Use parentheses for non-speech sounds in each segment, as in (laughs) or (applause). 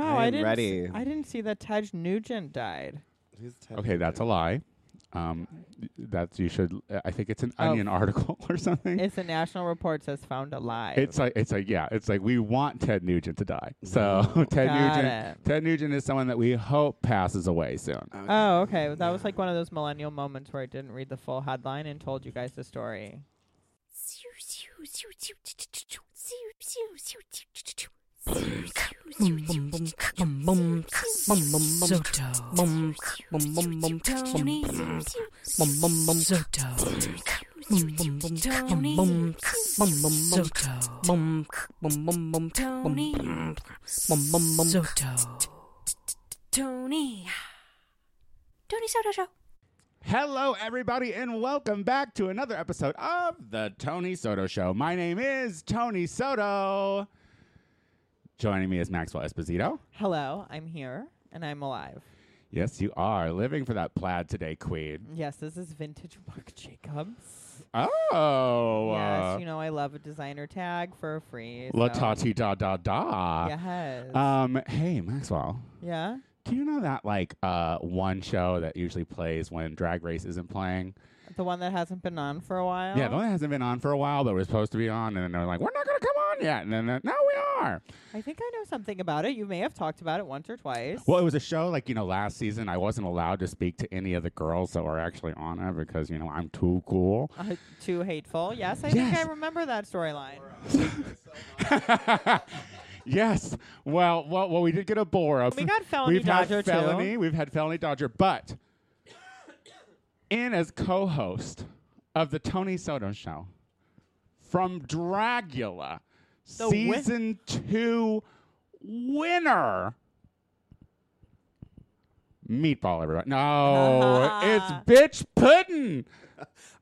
I and didn't. ready. s- I didn't see that Taj Nugent (laughs) died. Who's Ted Okay, that's a Nugent? lie. Um, that's you should. I think it's an Oh. Onion article (laughs) or something. It's a National Report says found alive. It's like it's like yeah, it's like we want Ted Nugent to die. So (laughs) Ted Got Nugent, it. Ted Nugent is someone that we hope passes away soon. Oh, okay. Well, That was like one of those millennial moments where I didn't read the full headline and told you guys the story. Tony. Tony Soto Show. Hello, everybody, and welcome back to another episode of the Tony Soto Show. My name is Tony Soto. Joining me is Maxwell Esposito. Hello, I'm here and I'm alive. Yes, you are living for that plaid today, Queen. Yes, this is vintage Marc (laughs) Jacobs. Oh, uh, yes, you know I love a designer tag for a free. la so- tati da da da. Yes. Um, hey, Maxwell. yeah. Do you know that like uh, one show that usually plays when Drag Race isn't playing? The one that hasn't been on for a while. Yeah, the one that hasn't been on for a while, but was supposed to be on, and then they're like, "We're not gonna come on yet," and then they're, now we are. I think I know something about it. You may have talked about it once or twice. Well, it was a show like you know last season. I wasn't allowed to speak to any of the girls that were actually on it because you know I'm too cool. Uh, too hateful. Yes, I think Yes. I remember that storyline. (laughs) yes. Well, well, well, we did get a bore of. We got Felony We've Dodger, had too. felony. We've had felony Dodger, but in as co-host of the Tony Soto Show from Dragula, The win- season two winner. Meatball, everybody. No, (laughs) it's bitch pudding.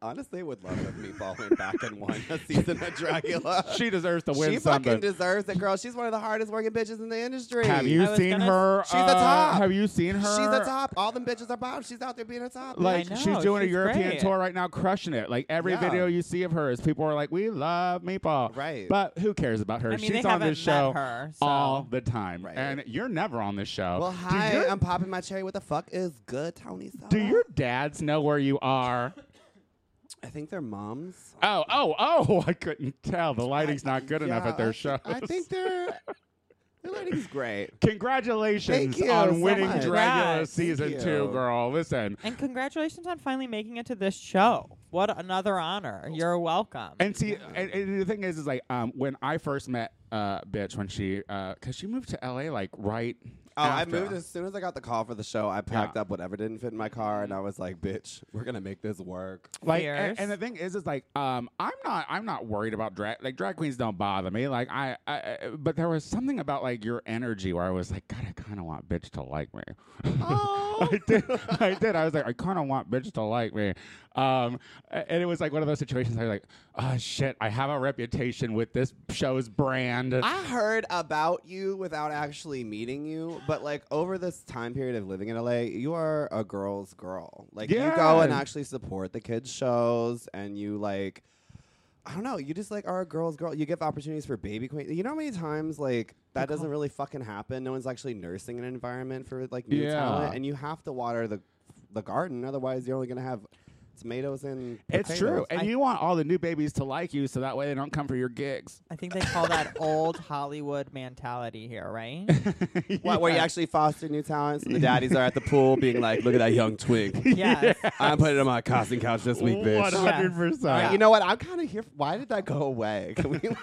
Honestly, would love if Meatball went back and won a season of Dracula. (laughs) She deserves to win she something. fucking deserves it, girl. She's one of the hardest working bitches in the industry. have I you was seen gonna- her? She's a uh, top. Have you seen her? She's a top. All them bitches are bottom. She's out there being a top. Like I she's know, doing she's a European great. tour right now, crushing it. Like every Yeah. video you see of her is people are like, "We love Meatball," Right. But who cares about her? I mean, she's they on haven't this show met her. So. all the time, Right. and you're never on this show. well, Do hi. your- I'm popping my cherry. What the fuck is good, Tony? Soto? do your dads know where you (laughs) are? I think they're moms. Oh, oh, oh! (laughs) I couldn't tell. The lighting's not good enough Yeah, at their I show. think- I think they're. The lighting's great. Congratulations Thank you on so winning much. Dragula Congrats. season Thank two, you. girl. Listen, And congratulations on finally making it to this show. What another honor. You're welcome. And see, and, and the thing is, is like um, when I first met uh, bitch when she, because she moved to LA like right. Oh, after. I moved as soon as I got the call for the show. I packed up whatever didn't fit in my car, and I was like, "Bitch, we're gonna make this work." Like, a- Fierce. and, the thing is, is like um, I'm not, I'm not worried about drag. Like drag queens don't bother me. Like I, I, I- but there was something about like your energy where I was like, God, I kind of want bitch to like me. (laughs) Oh, I did, I did. I was like, I kind of want bitch to like me. Um, a- and it was like one of those situations. I was like, oh shit, I have a reputation with this show's brand. I heard about you without actually meeting you, but like over this time period of living in LA, you are a girl's girl. Like you go and Yeah. actually support the kids shows, and you like, I don't know, you just like are a girl's girl. You give opportunities for baby queen. You know how many times like that doesn't really fucking happen. No one's actually nursing an environment for like new Yeah. talent, and you have to water the the garden. Otherwise, you're only gonna have tomatoes and It's true. potatoes. (laughs) And you want all the new babies to like you so that way they don't come for your gigs. I think they call that old Hollywood mentality here, (laughs) right? What, where you actually foster new talents, and the daddies are at the pool being like, "Look at that young (laughs) (laughs) twink." yes. I'm putting it on my casting couch this week, bitch. 100%. All (laughs) right, you know what? I'm kind of here. f- Why did that go away? (laughs) Can we like,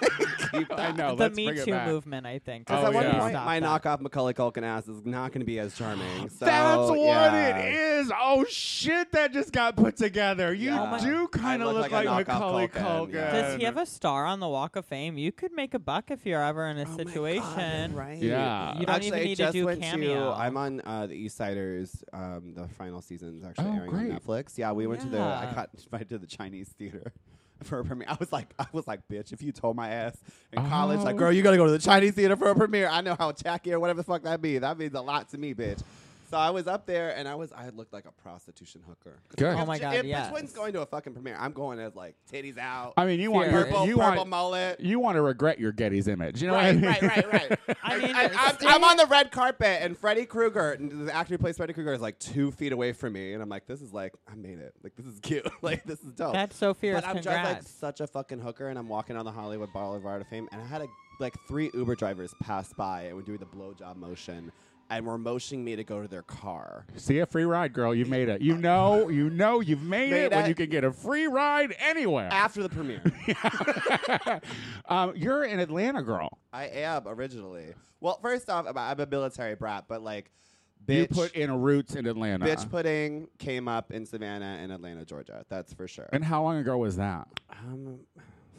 keep that? I know. the let's Me bring it Too back. movement, I think. Because Oh, at one yeah. point, Stop my that. knockoff Macaulay Culkin ass is not going to be as charming. So, That's what yeah. it is. Oh shit, that just got put together. You Yeah. Oh my- do I kind of look look like like, a knockoff Macaulay Culkin, Culkin. yeah. Does he have a star on the Walk of Fame? You could make a buck if you're ever in a Oh my God, situation. right? Yeah. You don't actually, even I need to just do went cameo. To, I'm on uh, the Eastsiders. Um, the final season's actually Oh, airing on great. Netflix. Yeah, we went to the. I Yeah. got (laughs) invited to the Chinese theater. (laughs) For a premiere, I was like, I was like, bitch. If you told my ass in college, like, Oh. girl, you gotta go to the Chinese theater for a premiere. I know how tacky or whatever the fuck that be. That means a lot to me, bitch. So I was up there and I was I looked like a prostitution hooker. Good. Oh my If- God, If yes. Twin's going to a fucking premiere, I'm going as like titties out. I mean, you want Fear. your, purple, you purple want mullet. you want to regret your Getty's image. You know right, what I right, mean? right, right, (laughs) I mean, I, I'm, stay- I'm on the red carpet, and Freddy Krueger, and the actor who plays Freddy Krueger, is like two feet away from me, and I'm like, this is like, I made it. Like, this is cute. (laughs) like, this is dope. That's so fierce. But I'm just like Congrats. such a fucking hooker, and I'm walking on the Hollywood Boulevard of Fame, and I had a, like three Uber drivers pass by and were doing the blowjob motion, and were motioning me to go to their car. (laughs) See a free ride, girl. You made it. You know, you know, you've made, Made it, when it. you can get a free ride anywhere. After the (laughs) premiere, Ah. um, you're an Atlanta girl. I am originally. Well, first off, I'm a- I'm a military brat, but like, bitch, You put in roots in Atlanta. bitch pudding came up in Savannah and Atlanta, Georgia. That's for sure. and how long ago was that? Um,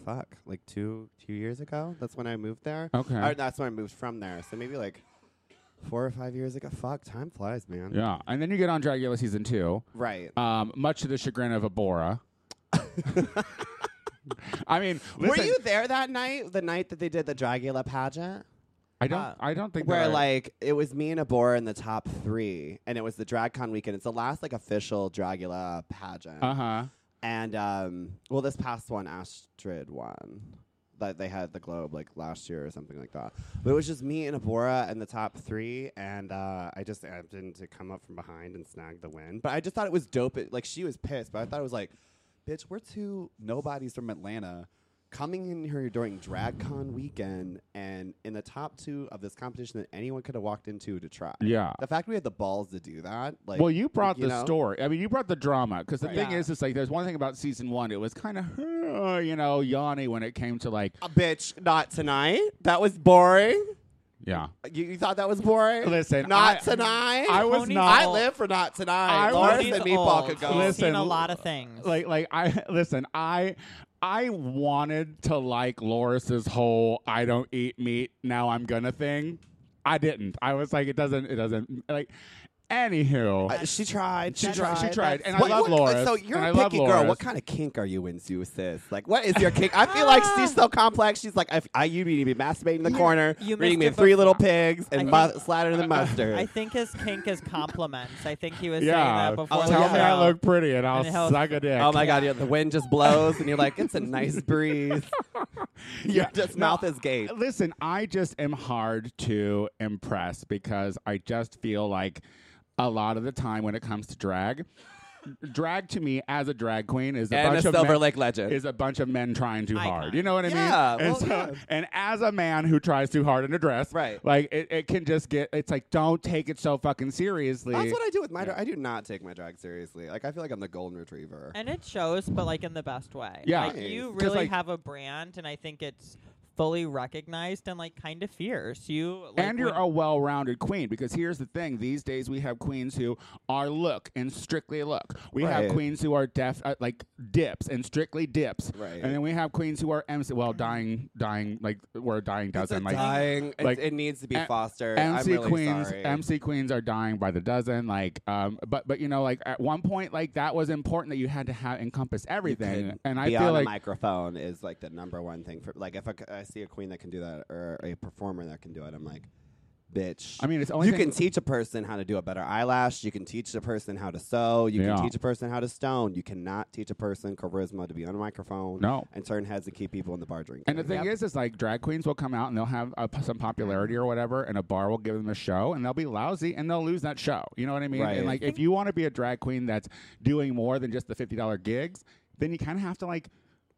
fuck, like two two years ago. That's when I moved there. Okay. Or that's when I moved from there. So maybe like four or five years ago. Fuck, time flies, man. Yeah. And then you get on Dracula season two. Right. Um, much to the chagrin (laughs) of Abora. I mean, listen, Were you there that night? The night that they did the Dragula pageant, I don't. uh, I don't think where that I- like it was me and Abora in the top three, and it was the DragCon weekend. It's the last like official Dragula pageant. Uh huh. And um, well, this past one, Astrid won. That they had the Globe like last year or something like that. But it was just me and Abora in the top three, and uh, I just happened to come up from behind and snag the win. But I just thought it was dope. It, like she was pissed, but I thought it was like, bitch, we're two nobodies from Atlanta coming in here during DragCon weekend and in the top two of this competition that anyone could have walked into to try. Yeah. The fact we had the balls to do that, like, well, you brought the know? story. I mean, you brought the drama because the Right. thing Yeah. is, it's like there's one thing about season one. It was kind of you know yawny when it came to like Uh, bitch, not tonight. That was boring. yeah. You, you thought that was boring? Listen, not I- tonight. I was Tony's not. I old. live for not tonight. I Lawrence was- and Meatball old. could He's go. Listen, seen a lot of things. (laughs) like like I listen, I I wanted to like Loris's whole I don't eat meat, now I'm gonna thing. I didn't. I was like it doesn't it doesn't like anywho. Uh, she tried. She She tried- tried. she tried, and I What- love what- Lawrence, So you're and I a love picky girl. What Lawrence. kind of kink are you into, sis? Like, what is your kink? I feel like she's so complex. She's like, I, I you need to be masturbating in the Ah. You- corner, you reading missed it, me Three but- Little Pigs, I think- and mu- slathering the mustard. (laughs) (laughs) I think his kink is compliments. I think he was yeah. saying that before. Oh, the Tell yeah. me I show. look pretty and I'll And he'll- suck a dick. oh my god, yeah, the wind just blows, and you're like, it's a nice (laughs) breeze. yeah. Just No, mouth is gape. Listen, I just am hard to impress because I just feel like a lot of the time when it comes to drag, drag to me as a drag queen is a And bunch a of Silver men- Lake legend. is a bunch of men trying too Icon. hard. You know what I Yeah, mean? And, well, yeah. and as a man who tries too hard in a dress, Right. Like it, it can just get. It's like don't take it so fucking seriously. That's what I do with my. Dra- I do not take my drag seriously. Like I feel like I'm the golden retriever. And it shows, but like in the best way. Yeah. Like you Nice. 'Cause, really like- have a brand, and I think it's fully recognized and like kind of fierce. You like, and you're when- a well-rounded queen because here's the thing these days we have queens who are look and strictly look we Right. have queens who are def uh, like dips and strictly dips Right. and then we have queens who are MC well dying dying like we're dying It's a dozen like dying. it's- like, it needs to be a- fostered. I'm MC really queens, sorry. MC queens are dying by the dozen. Like, um, but but you know, like at one point, like that was important that you had to have encompass everything. And I Be feel on like a microphone is like the number one thing for like if I, c- I see a queen that can do that or a performer that can do it, I'm like, bitch. I mean, it's the only you thing- can teach a person how to do a better eyelash. You can teach a person how to sew. You Yeah. can teach a person how to stone. You cannot teach a person charisma to be on a microphone. No. and turn heads and keep people in the bar drinking. And the thing is, is like drag queens will come out and they'll have uh, p- some popularity or whatever, and a bar will give them a show, and they'll be lousy and they'll lose that show. You know what I mean? Right. And like, if you want to be a drag queen that's doing more than just the fifty dollar gigs, then you kind of have to like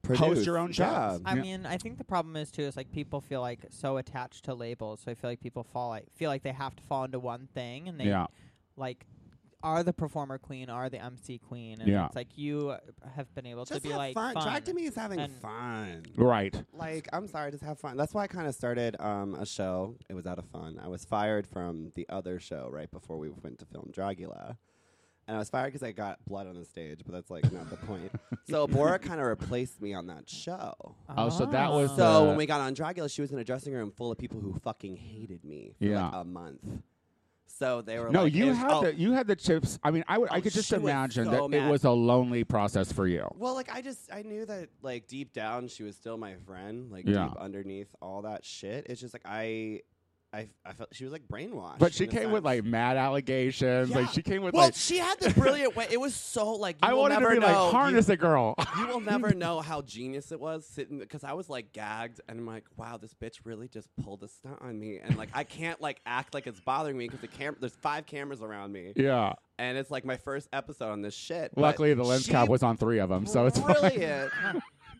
host Produce. your own shows. Yeah. I Yeah. mean, I think the problem is too is like people feel like so attached to labels. So I feel like people fall like feel like they have to fall into one thing, and they Yeah. like are the performer queen, are the MC queen, and Yeah. it's like you have been able just to be have like fun. fun. Drag to me is having and- fun. right? like I'm sorry, just have fun. That's why I kind of started um, a show. It was out of fun. I was fired from the other show right before we went to film Dragula. And I was fired because I got blood on the stage, but that's like not the (laughs) point. So Bora kind of replaced me on that show. Oh, so that was Ah. So Uh, when we got on Dragula, she was in a dressing room full of people who fucking hated me for like Yeah. a month. So they were No, like, it you was- had oh, the you had the chips. I mean, I would I Oh, could just she was imagine so that mad. it was a lonely process for you. Well, like I just I knew that like deep down she was still my friend, like Yeah. deep underneath all that shit. It's just like I I, I felt she was like brainwashed. But she in a came with sense. like mad allegations. Like Yeah. she came with Well, like she (laughs) had the brilliant way. It was so like you I will wanted to never be know. like You- harness the girl. (laughs) You will never know how genius it was sitting because I was like gagged and I'm like, wow, this bitch really just pulled a stunt on me, and like I can't like act like it's bothering me because the camera there's five cameras around me, yeah. and it's like my first episode on this shit. but Luckily, the lens she cap was on three of them, so it's (laughs) fine. brilliant.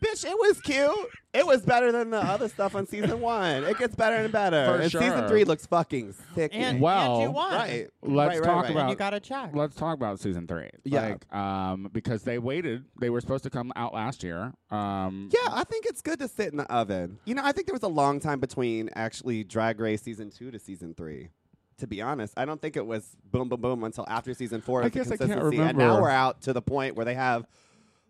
Bitch, it was cute. It was better than the other stuff on season one. It gets better and better. For and season sure. three looks fucking sick. And, and Well, you won. right. Let's Right, right, talk right. And you about got a check. let's talk about season three. Yeah. Like, um, because they waited. They were supposed to come out last year. Um, Yeah, I think it's good to sit in the oven. You know, I think there was a long time between actually Drag Race season two to season three. To be honest, I don't think it was boom, boom, boom until after season four. I of the guess I can't consistency. And now remember. we're out to the point where they have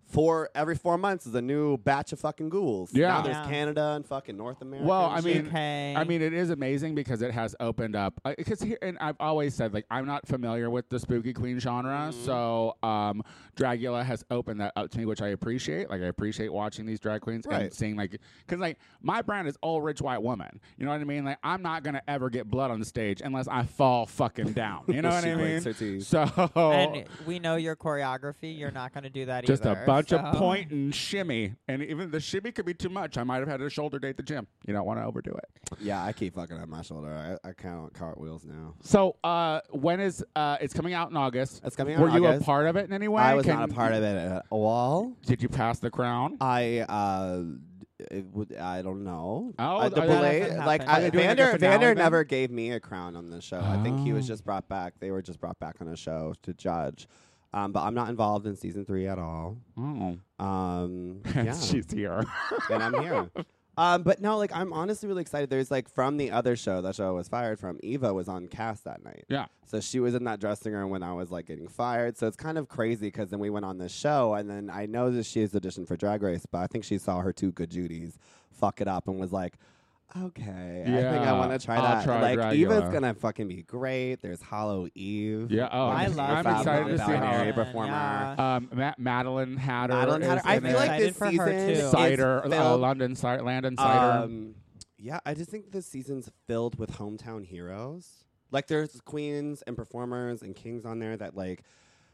four every four months is a new batch of fucking ghouls. Yeah. now there's Yeah. Canada and fucking North America. Well, and I shit. mean, okay. I mean, it is amazing because it has opened up. Because here, and I've always said, like, I'm not familiar with the spooky queen genre, Mm-hmm. so um, Dragula has opened that up to me, which I appreciate. Like, I appreciate watching these drag queens Right. and seeing, like, because like my brand is all rich white woman. You know what I mean? Like, I'm not gonna ever get blood on the stage unless I fall fucking down. (laughs) You know what She I breaks her mean? teeth. So and we know your choreography. You're not going to do that (laughs) just either. a bunch of so- point and shimmy, and even the shimmy could be too much. I might have had a shoulder day at the gym. You don't want to overdo it. yeah, I keep fucking on my shoulder. I, I count cartwheels now. So uh, when is uh, it's coming out in August? It's coming out Were in you August. a part of it in any way? I was Can- not a part of it at all. Did you pass the crown? I uh, it would, I don't know. Oh, Uh, the that ballet, hasn't like happened. I, Are they doing, like, a Vander, finale Vander then? never gave me a crown on the show. I think he was Oh. just brought back. They were just brought back on a show to judge. Um, but I'm not involved in season three at all. Oh, (laughs) Um, and yeah, (laughs) she's here. and I'm here. Um, but no, like I'm honestly really excited. There's like from the other show that show I was fired from. Eva was on cast that night. yeah, So she was in that dressing room when I was like getting fired. So it's kind of crazy because then we went on this show, and then I know that she has auditioned for Drag Race, but I think she saw her two good Judies fuck it up and was like, okay, I think I Yeah, want to try I'll that. try like Dragula. Eva's gonna fucking be great. There's Hollow Eve. yeah. Oh, I I'm- love I'm Eva excited to see Longoria. how. Binary performer. Yeah. Um, Ma- Madeline Hatter. Madeline is Hatter. I in feel it. like Excited this for her, season too. is cider, uh, filled- London cider, Landon cider. Um, yeah, I just think this season's filled with hometown heroes. Like there's queens and performers and kings on there that like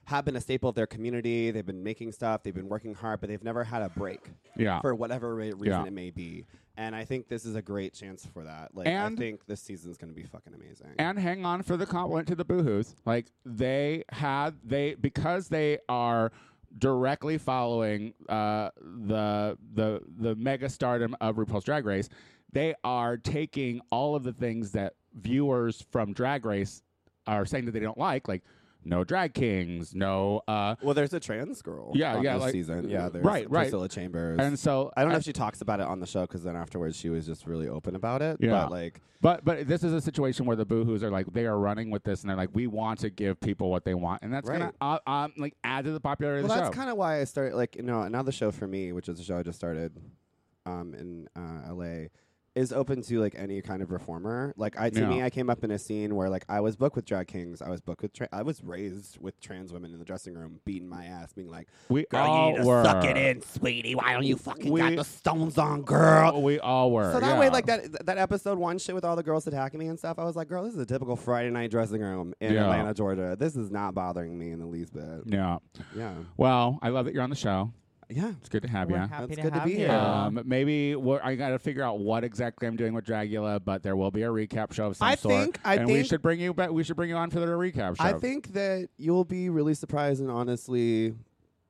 have been a staple of their community. They've been making stuff. They've been working hard, but they've never had a break yeah. for whatever re- reason Yeah. it may be. And I think this is a great chance for that. Like I And- think this season's going to be fucking amazing. and hang on for the compliment to the boohoos. Like they had they because they are directly following uh, the the the mega stardom of RuPaul's Drag Race. They are taking all of the things that viewers from Drag Race are saying that they don't like, like no drag kings, no. Uh, well, there's a trans girl. Yeah, on yeah, This like- season, yeah. There's right, right. Priscilla Chambers. and so I don't know if she talks about it on the show because then afterwards she was just really open about it. Yeah. But like, But but this is a situation where the boohoo's are like they are running with this and they're like we want to give people what they want and that's Right. gonna uh, um, like add to the popularity Well, of the that's show. kind of why I started. Like, you know, another show for me, which is a show I just started um, in uh, LA, is open to like any kind of performer. Like, I to Yeah. me, I came up in a scene where like I was booked with drag kings, I was booked with, tra- I was raised with trans women in the dressing room, beating my ass, being like, we "Girl, all you need to were suck it in, sweetie. Why don't you fucking We- got the stones on, girl?" Oh, We all were. So that way, yeah. like that that episode one shit with all the girls attacking me and stuff, I was like, girl, this is a typical Friday night dressing room in Yeah. Atlanta, Georgia. This is not bothering me in the least bit. Yeah. Yeah, Well, I love that you're on the show. yeah. It's good to have We're you. happy That's to good to have be you. here. Um, maybe we I got to figure out what exactly I'm doing with Dragula, but there will be a recap show of some I sort. think- I and we think- should bring you back. We should bring you on for the recap show. I think that you'll be really surprised and honestly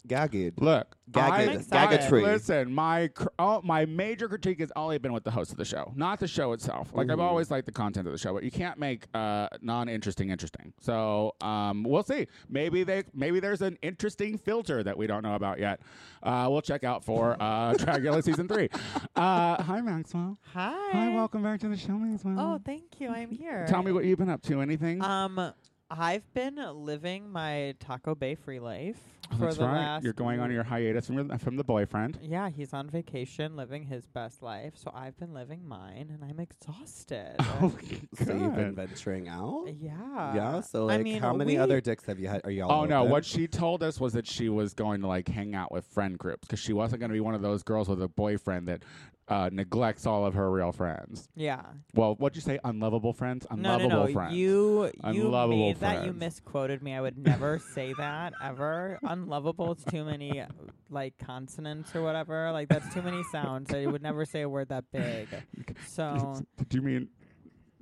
gagged. Look, Gaga- I- Thanks, I- Gaga tree. Listen, my cr- all, my major critique has only been with the host of the show, not the show itself. Like I've Mhm. always liked the content of the show, but you can't make uh, non-interesting interesting. So um, we'll see. Maybe they maybe there's an interesting filter that we don't know about yet. Uh, we'll check out for (laughs) uh, Dragula season three. Uh, hi Maxwell. Hi. Hi, welcome back to the show, Oh, Maxwell. thank you. I'm here. Tell me what you've been up to. Anything? Um, I've been living my Taco Bay free life Oh, for that's the right. last. You're going on your hiatus from, your- from (laughs) the boyfriend. Yeah, he's on vacation, living his best life. So I've been living mine, and I'm exhausted. (laughs) Oh, So you've God. been venturing out. yeah. yeah. So like, Uh, I mean, how many we- other dicks have you had? Are y'all? Oh no! open? What she told us was that she was going to like hang out with friend groups because she wasn't going to be one of those girls with a boyfriend that uh, neglects all of her real friends. Yeah. Well, what'd you say? Unlovable friends? No, Unlovable no, no. friends. You you Unlovable made that. You friends. misquoted me. I would never say that ever. Unlovable. It's too many like consonants or whatever. Like that's too many sounds. I would never say a word that big. (laughs) So Did you mean?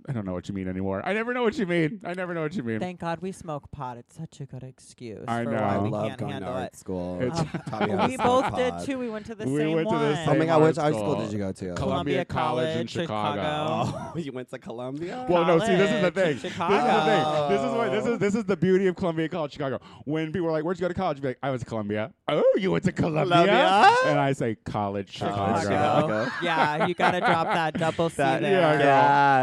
I don't know what you mean anymore. I never know what you mean. I never know what you mean. thank God we smoke pot. It's such a good excuse. I for know. Why Oh, I we love can't going to handle art it. Um, school. It's- (laughs) Taught me how to we smoke both did pot. too. We went to the We same went to one. the Oh my Same god, which art art school school. did you go to? Columbia Columbia College in College, Chicago. (laughs) Oh, (laughs) you went to Columbia? Well, no. See, this is the College in thing. This is the thing. This is what this Chicago. is. This is the beauty of Columbia College, Chicago. When people are like, "Where'd you go to college?" Be like, "I was at Columbia." Oh, you went to Columbia? Columbia? And I say, "College, Chicago." Chicago. yeah, you gotta drop that double C That, there. yeah,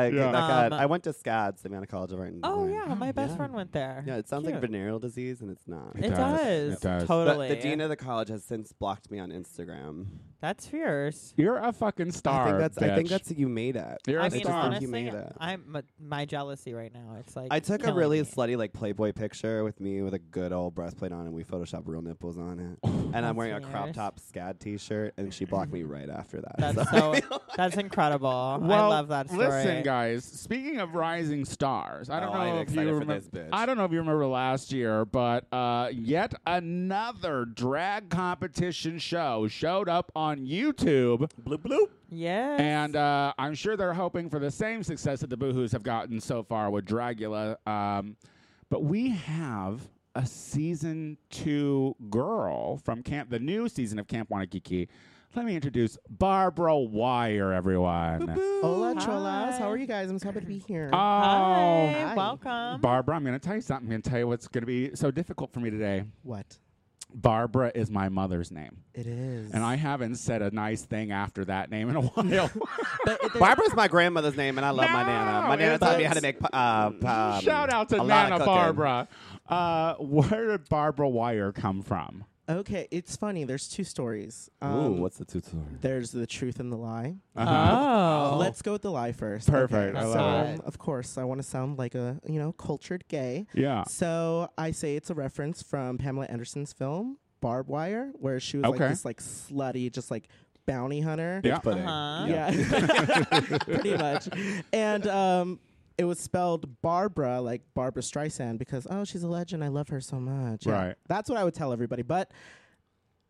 yeah, girl. that Yeah. got- Um, I went to SCAD, Savannah College of Art and Oh Design. yeah, my best yeah. friend went there. Yeah, it sounds like Cute. venereal disease, and it's not. It It does. does. It does. The- Totally. The, dean of the college has since blocked me on Instagram. That's fierce. You're a fucking star. I think that's. I think bitch. that's you made it. You're a I They mean, just star. think you honestly, made it. I'm my, my jealousy right now. It's like I took a killing really me. slutty like Playboy picture with me with a good old breastplate on, and we Photoshop real nipples on it. (laughs) and I'm That's wearing a crop hilarious. top SCAD T-shirt, and she blocked me right after that. (laughs) That's so. that's incredible. Well, I love that story. Listen, guys. Speaking of rising stars, (laughs) I don't Oh, know I'm if you excited for remember. this bitch. I don't know if you remember last year, but uh, yet another drag competition show showed up on YouTube, bloop bloop. Yes. and uh, I'm sure they're hoping for the same success that the Boohoo's have gotten so far with Dragula. Um, but we have a season two girl from camp, the new season of Camp Wanakiki. Let me introduce Barbara Wire, everyone. Hola, cholas. Hi. How are you guys? I'm so happy to be here. Oh, Hi, Hi. welcome. Barbara, I'm going to tell you something. I'm going to tell you what's going to be so difficult for me today. what? Barbara is my mother's name. It is. And I haven't said a nice thing after that name in a (laughs) while. (laughs) Barbara's my grandmother's name, and I love my No, nana. My nana it's taught me a- how to make. Pa- uh, pa- um, Shout out to a lot of Nana cooking. Barbara. Uh, where did Barbara Wire come from? Okay, it's funny. There's two stories. Um, Ooh, what's the tutorial? There's the truth and the lie. Uh-huh. oh. Let's go with the lie first. Perfect. I so, love it. um, of course, I want to sound like a you know cultured gay. Ah. Yeah. So I say it's a reference from Pamela Anderson's film Barb Wire, where she was Okay. like this like slutty, just like bounty hunter. Yeah. Pudding. Uh-huh. Yeah, (laughs) pretty much. And um, it was spelled Barbara, like Barbara Streisand, because oh, she's a legend. I love her so much. Yeah. Right. That's what I would tell everybody. But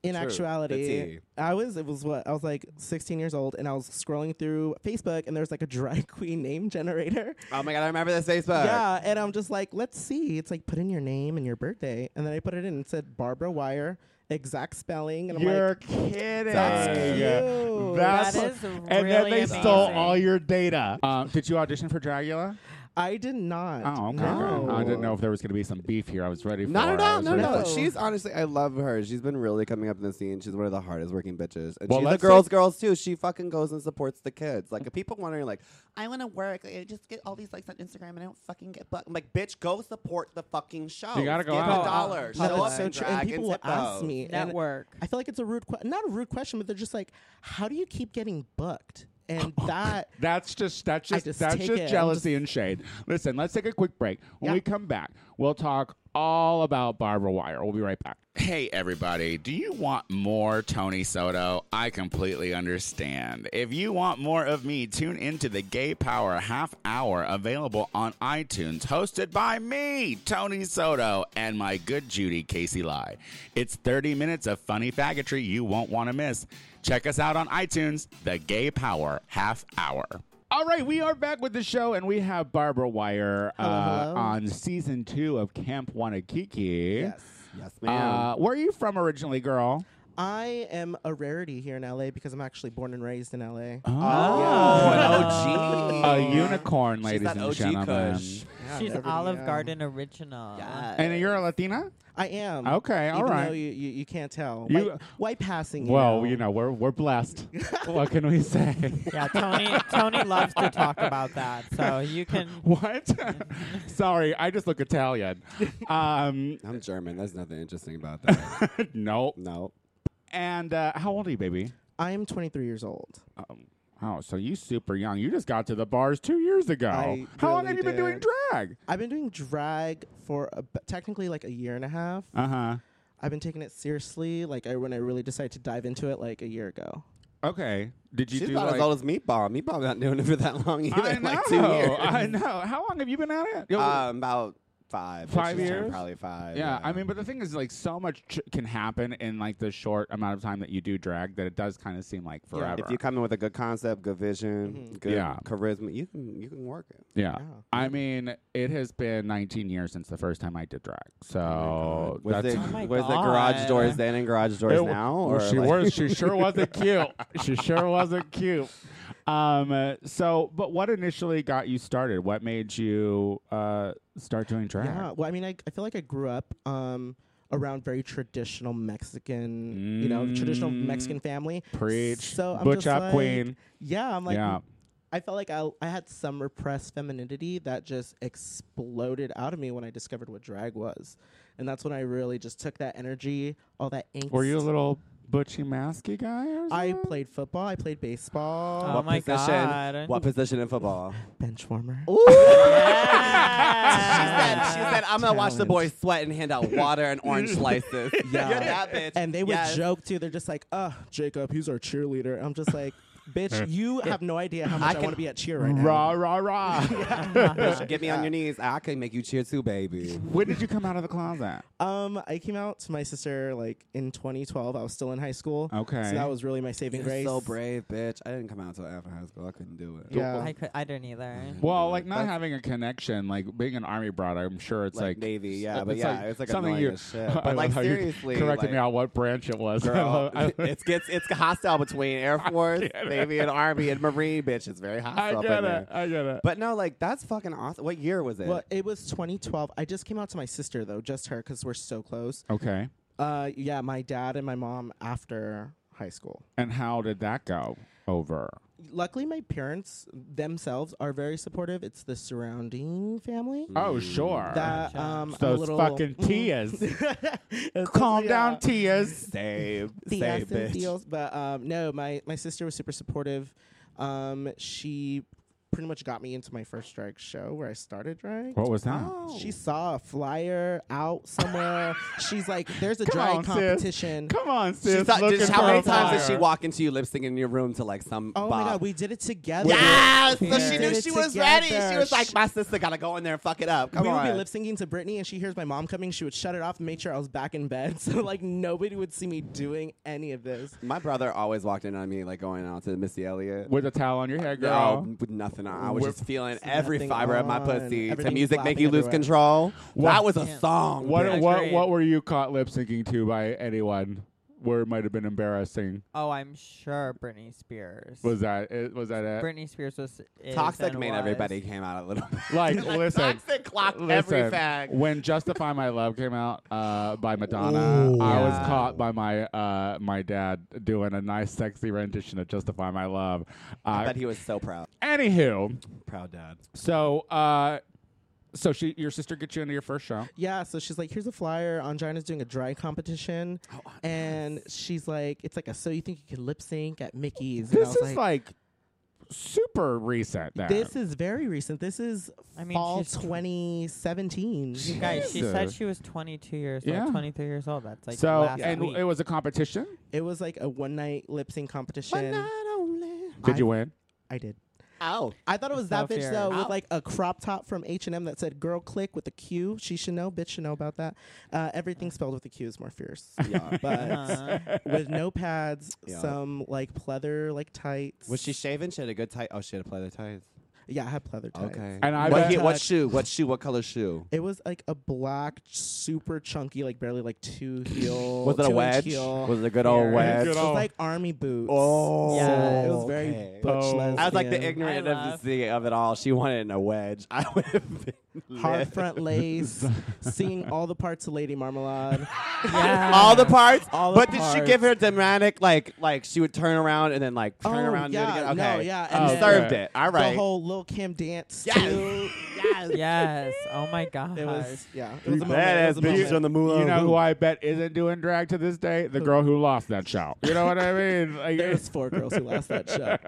in True. The actuality, tea. I was it was what I was like 16 years old, and I was scrolling through Facebook, and there was like a drag (laughs) queen name generator. Oh my god, I remember this Facebook. Yeah, and I'm just like, let's see. It's like put in your name and your birthday, and then I put it in and it said Barbara Wire, exact spelling, and I'm You're like, kidding. That's cute. That's- That is and then really they stole amazing. all your data. Um, did you audition for Dragula? I did not. Oh, okay. No. I didn't know if there was going to be some beef here. I was ready for Not it. at I all. was No, ready no. for it. She's honestly, I love her. She's been really coming up in the scene. She's one of the hardest working bitches. And Well, she's a let's girls, take- girls too. She fucking goes and supports the kids. Like, if people wondering, like, I want to work, I just get all these likes on Instagram and I don't fucking get booked. I'm like, bitch, go support the fucking show. You gotta go Give out. a dollar. No, Show that's up so and true. drag And people and will tip ask those. me. and Network. I feel like it's a rude, que- not a rude question, but they're just like, how do you keep getting booked? (laughs) And that, That's just that's I just, just that's take just it. I'm jealousy and shade. Listen, let's take a quick break. When Yeah. we come back, we'll talk all about Barbara Wire. We'll be right back. Hey everybody, do you want more Tony Soto? I completely understand. If you want more of me, tune into the Gay Power half hour available on iTunes, hosted by me, Tony Soto, and my good Judy Casey Lai. It's 30 minutes of funny faggotry you won't want to miss. Check us out on iTunes, the Gay Power half hour. All right, we are back with the show, and we have Barbara Wire uh, hello. on season two of Camp Wanakiki. yes. Yes, Uh, ma'am. where are you from originally, girl? I am a rarity here in LA because I'm actually born and raised in LA. Uh, oh, an Oh. OG. A unicorn, She's ladies that and OG gentlemen. Kush. Yeah, She's everybody, Olive yeah. Garden original. Yes. And you're a Latina? I am. Okay, all Even right. Though you, you, you can't tell. You- white, white passing. You well, know. you know, we're, (laughs) we're blessed. what can we say? (laughs) Yeah, Tony. Tony loves to talk about that, so you (laughs) can. What? (laughs) Sorry, I just look Italian. Um, I'm German. There's nothing interesting (laughs) about that. no. no. And uh, how old are you, baby? I am 23 years old. Um, oh, so you super young. You just got to the bars two years ago. I how long really have you been doing did. drag? I've been doing drag for a, technically like a year and a half. Uh huh. Uh-huh. I've been taking it seriously, like I, when I really decided to dive into it, like a year ago. Okay. Did you She's do about like, as old as Meatball. Meatball not doing it for that long either. I know. Like two years. I know. How long have you been at it? (laughs) Yo, Um, about five. but Five she's turned years? Probably five. yeah, I mean, but the thing is, like, so much ch- can happen in like the short amount of time that you do drag that it does kind of seem like forever. if you come in with a good concept, good vision, good Yeah. charisma, you can you can work it. yeah. Wow. I mean, it has been 19 years since the first time I did drag, so Oh Was that's the, (laughs) Oh my was the garage God. doors then and garage doors It w- now? well, Or she like- (laughs) was. She sure wasn't cute. She sure wasn't cute. Um. uh, So, but what initially got you started? What made you uh start doing drag? Yeah. Well, I mean, I, I feel like I grew up um, around very traditional Mexican, you know, traditional Mm. Mexican family. Preach. So I'm Butch just up like- queen. Yeah, I'm like, Yeah. I felt like I, I had some repressed femininity that just exploded out of me when I discovered what drag was, and that's when I really just took that energy, all that angst. Were you a little butchy masky guy? Or I something? played football. I played Oh baseball. my position? God. What position in football? Bench warmer. (laughs) (laughs) she said, she said, I'm gonna watch the Talent. boys sweat and hand out water and orange slices. (laughs) Yeah. You're that bitch. And they would Yes. joke too. They're just like, "Uh, Jacob, he's our cheerleader." I'm just (laughs) like, "Bitch, you have no idea how much I, can- want to be at cheer right now." Rah rah (laughs) rah. Get me on your knees. I can make you cheer too, baby. When did you come out of the closet? Um, I came out to my sister like in 2012. I was still in high school. Okay. so that was really my saving grace. so brave, bitch. I didn't come out until after high school. I couldn't do it. Yeah. I could. I didn't either. Well, like not That's- having a connection, like being an army brat, I'm sure it's Like, like, Navy, s- yeah, it's but yeah, it's, like, something annoying you. as shit. But (laughs) I like love how you seriously, corrected me like, on what branch it was. (laughs) I (laughs) Girl, love- I- it gets (laughs) it's hostile between Air Force, Navy, and Army and Marine. Bitch, it's very I hostile. up get in it. there. I get it. But no, like that's fucking awesome. What year was it? Well, it was 2012. I just came out to my sister though, just her, because we're so close. okay. Uh, yeah, my dad and my mom after high school. And how did that go over? Luckily, my parents themselves are very supportive. It's the surrounding family Oh, sure. that um, I'm a Those little (laughs) fucking Tias. Calm down, Tias. (laughs) Same, same, Theos and bitch. theos. uh, But um, no, my, my sister was super supportive. Um, she pretty much got me into my first drag show where I started drag. What was that? Oh. She saw a flyer (laughs) out somewhere. She's like, "There's a Come drag on, sis. competition." Come on, She sis. thought- looking just how for a many times did she flyer. walk into you lip syncing in your room to like some bop? Oh my god, we did it together. Yes! We So she did knew it she was together. ready. She was Sh- like, my sister gotta go in there and fuck it up. Come we on. would be lip syncing to Britney, and she hears my mom coming. She would shut it off and make sure I was back in bed, (laughs) so like nobody would see me doing any of this. my brother always walked in on me like going out to Missy Elliott. with a towel on your head, Girl, girl. with nothing on. I was Whip- just feeling every nothing fiber of my on. pussy. To Everything music make flapping you lose everywhere. control. That was a Yeah. song. What bitch. what Agreed. what were you caught lip syncing to by anyone? Where it might have been embarrassing. Oh, I'm sure Britney Spears. Was that it? Was that it? Britney Spears was is Toxic and made was. everybody came out a little bit. (laughs) (laughs) Like, listen, Toxic clocked listen. every fag. When "Justify My Love" came out uh, by Madonna, I was Yeah. caught by my uh, my dad doing a nice, sexy rendition of "Justify My Love." I Uh, bet he was so proud. anywho, Proud dad. so uh, so she, your sister, gets you into your first show. Yeah, so she's like, "Here's a flyer. Angina's doing a dry competition," Oh, and she's like, "It's like a so you think you can lip sync at Mickey's?" and I This was is like, super recent. Then. This is very recent. This is I mean, fall she's tw- 2017. You guys, she said Jesus. she was 22 years Yeah. old, 23 years old. That's like so, last and week. it was a competition. It was like a one night lip sync competition. Did I- you win? I did. Ow. I thought it was that So bitch fierce. though, Ow. with like a crop top from H and M that said "Girl Click" with a Q. She should know, bitch should know about that. Uh, everything spelled with a Q is more (laughs) fierce. (laughs) Yeah. But Uh-huh. with no pads, Yeah. some like pleather like (laughs) tights. Was she shaving? She had a good tight. Oh, she had a play the tights. yeah, I had pleather tights. Okay. And I what, bet- he- what shoe? What shoe? What color shoe? It was like a black, super chunky, like barely like two (laughs) heel. Was it a two-inch wedge? heel. Was it a good old Here. wedge? Good It old- was like army boots. (laughs) Oh, Yeah, it was very okay. butch Oh. I was like the lesbian. ignorant I of laugh. the sea of it all. She wanted a wedge. (laughs) I would have been lit. hard (laughs) front lace, singing all the parts of Lady Marmalade. (laughs) yeah. all the parts. All the but did she parts. give her dramatic like like she would turn around and then like turn Oh, around and do yeah, it again? no, Okay, yeah, you and then- served Okay. it. All right. The whole Lil Kim dance Yes. too. (laughs) yes. (laughs) yes. Oh my gosh. It was yeah. It Three was a moment. It was a moment. the Moulin You know who I bet isn't doing drag to this day? The girl who lost that show. You know what I mean? Like, There was four girls who lost that show. (laughs)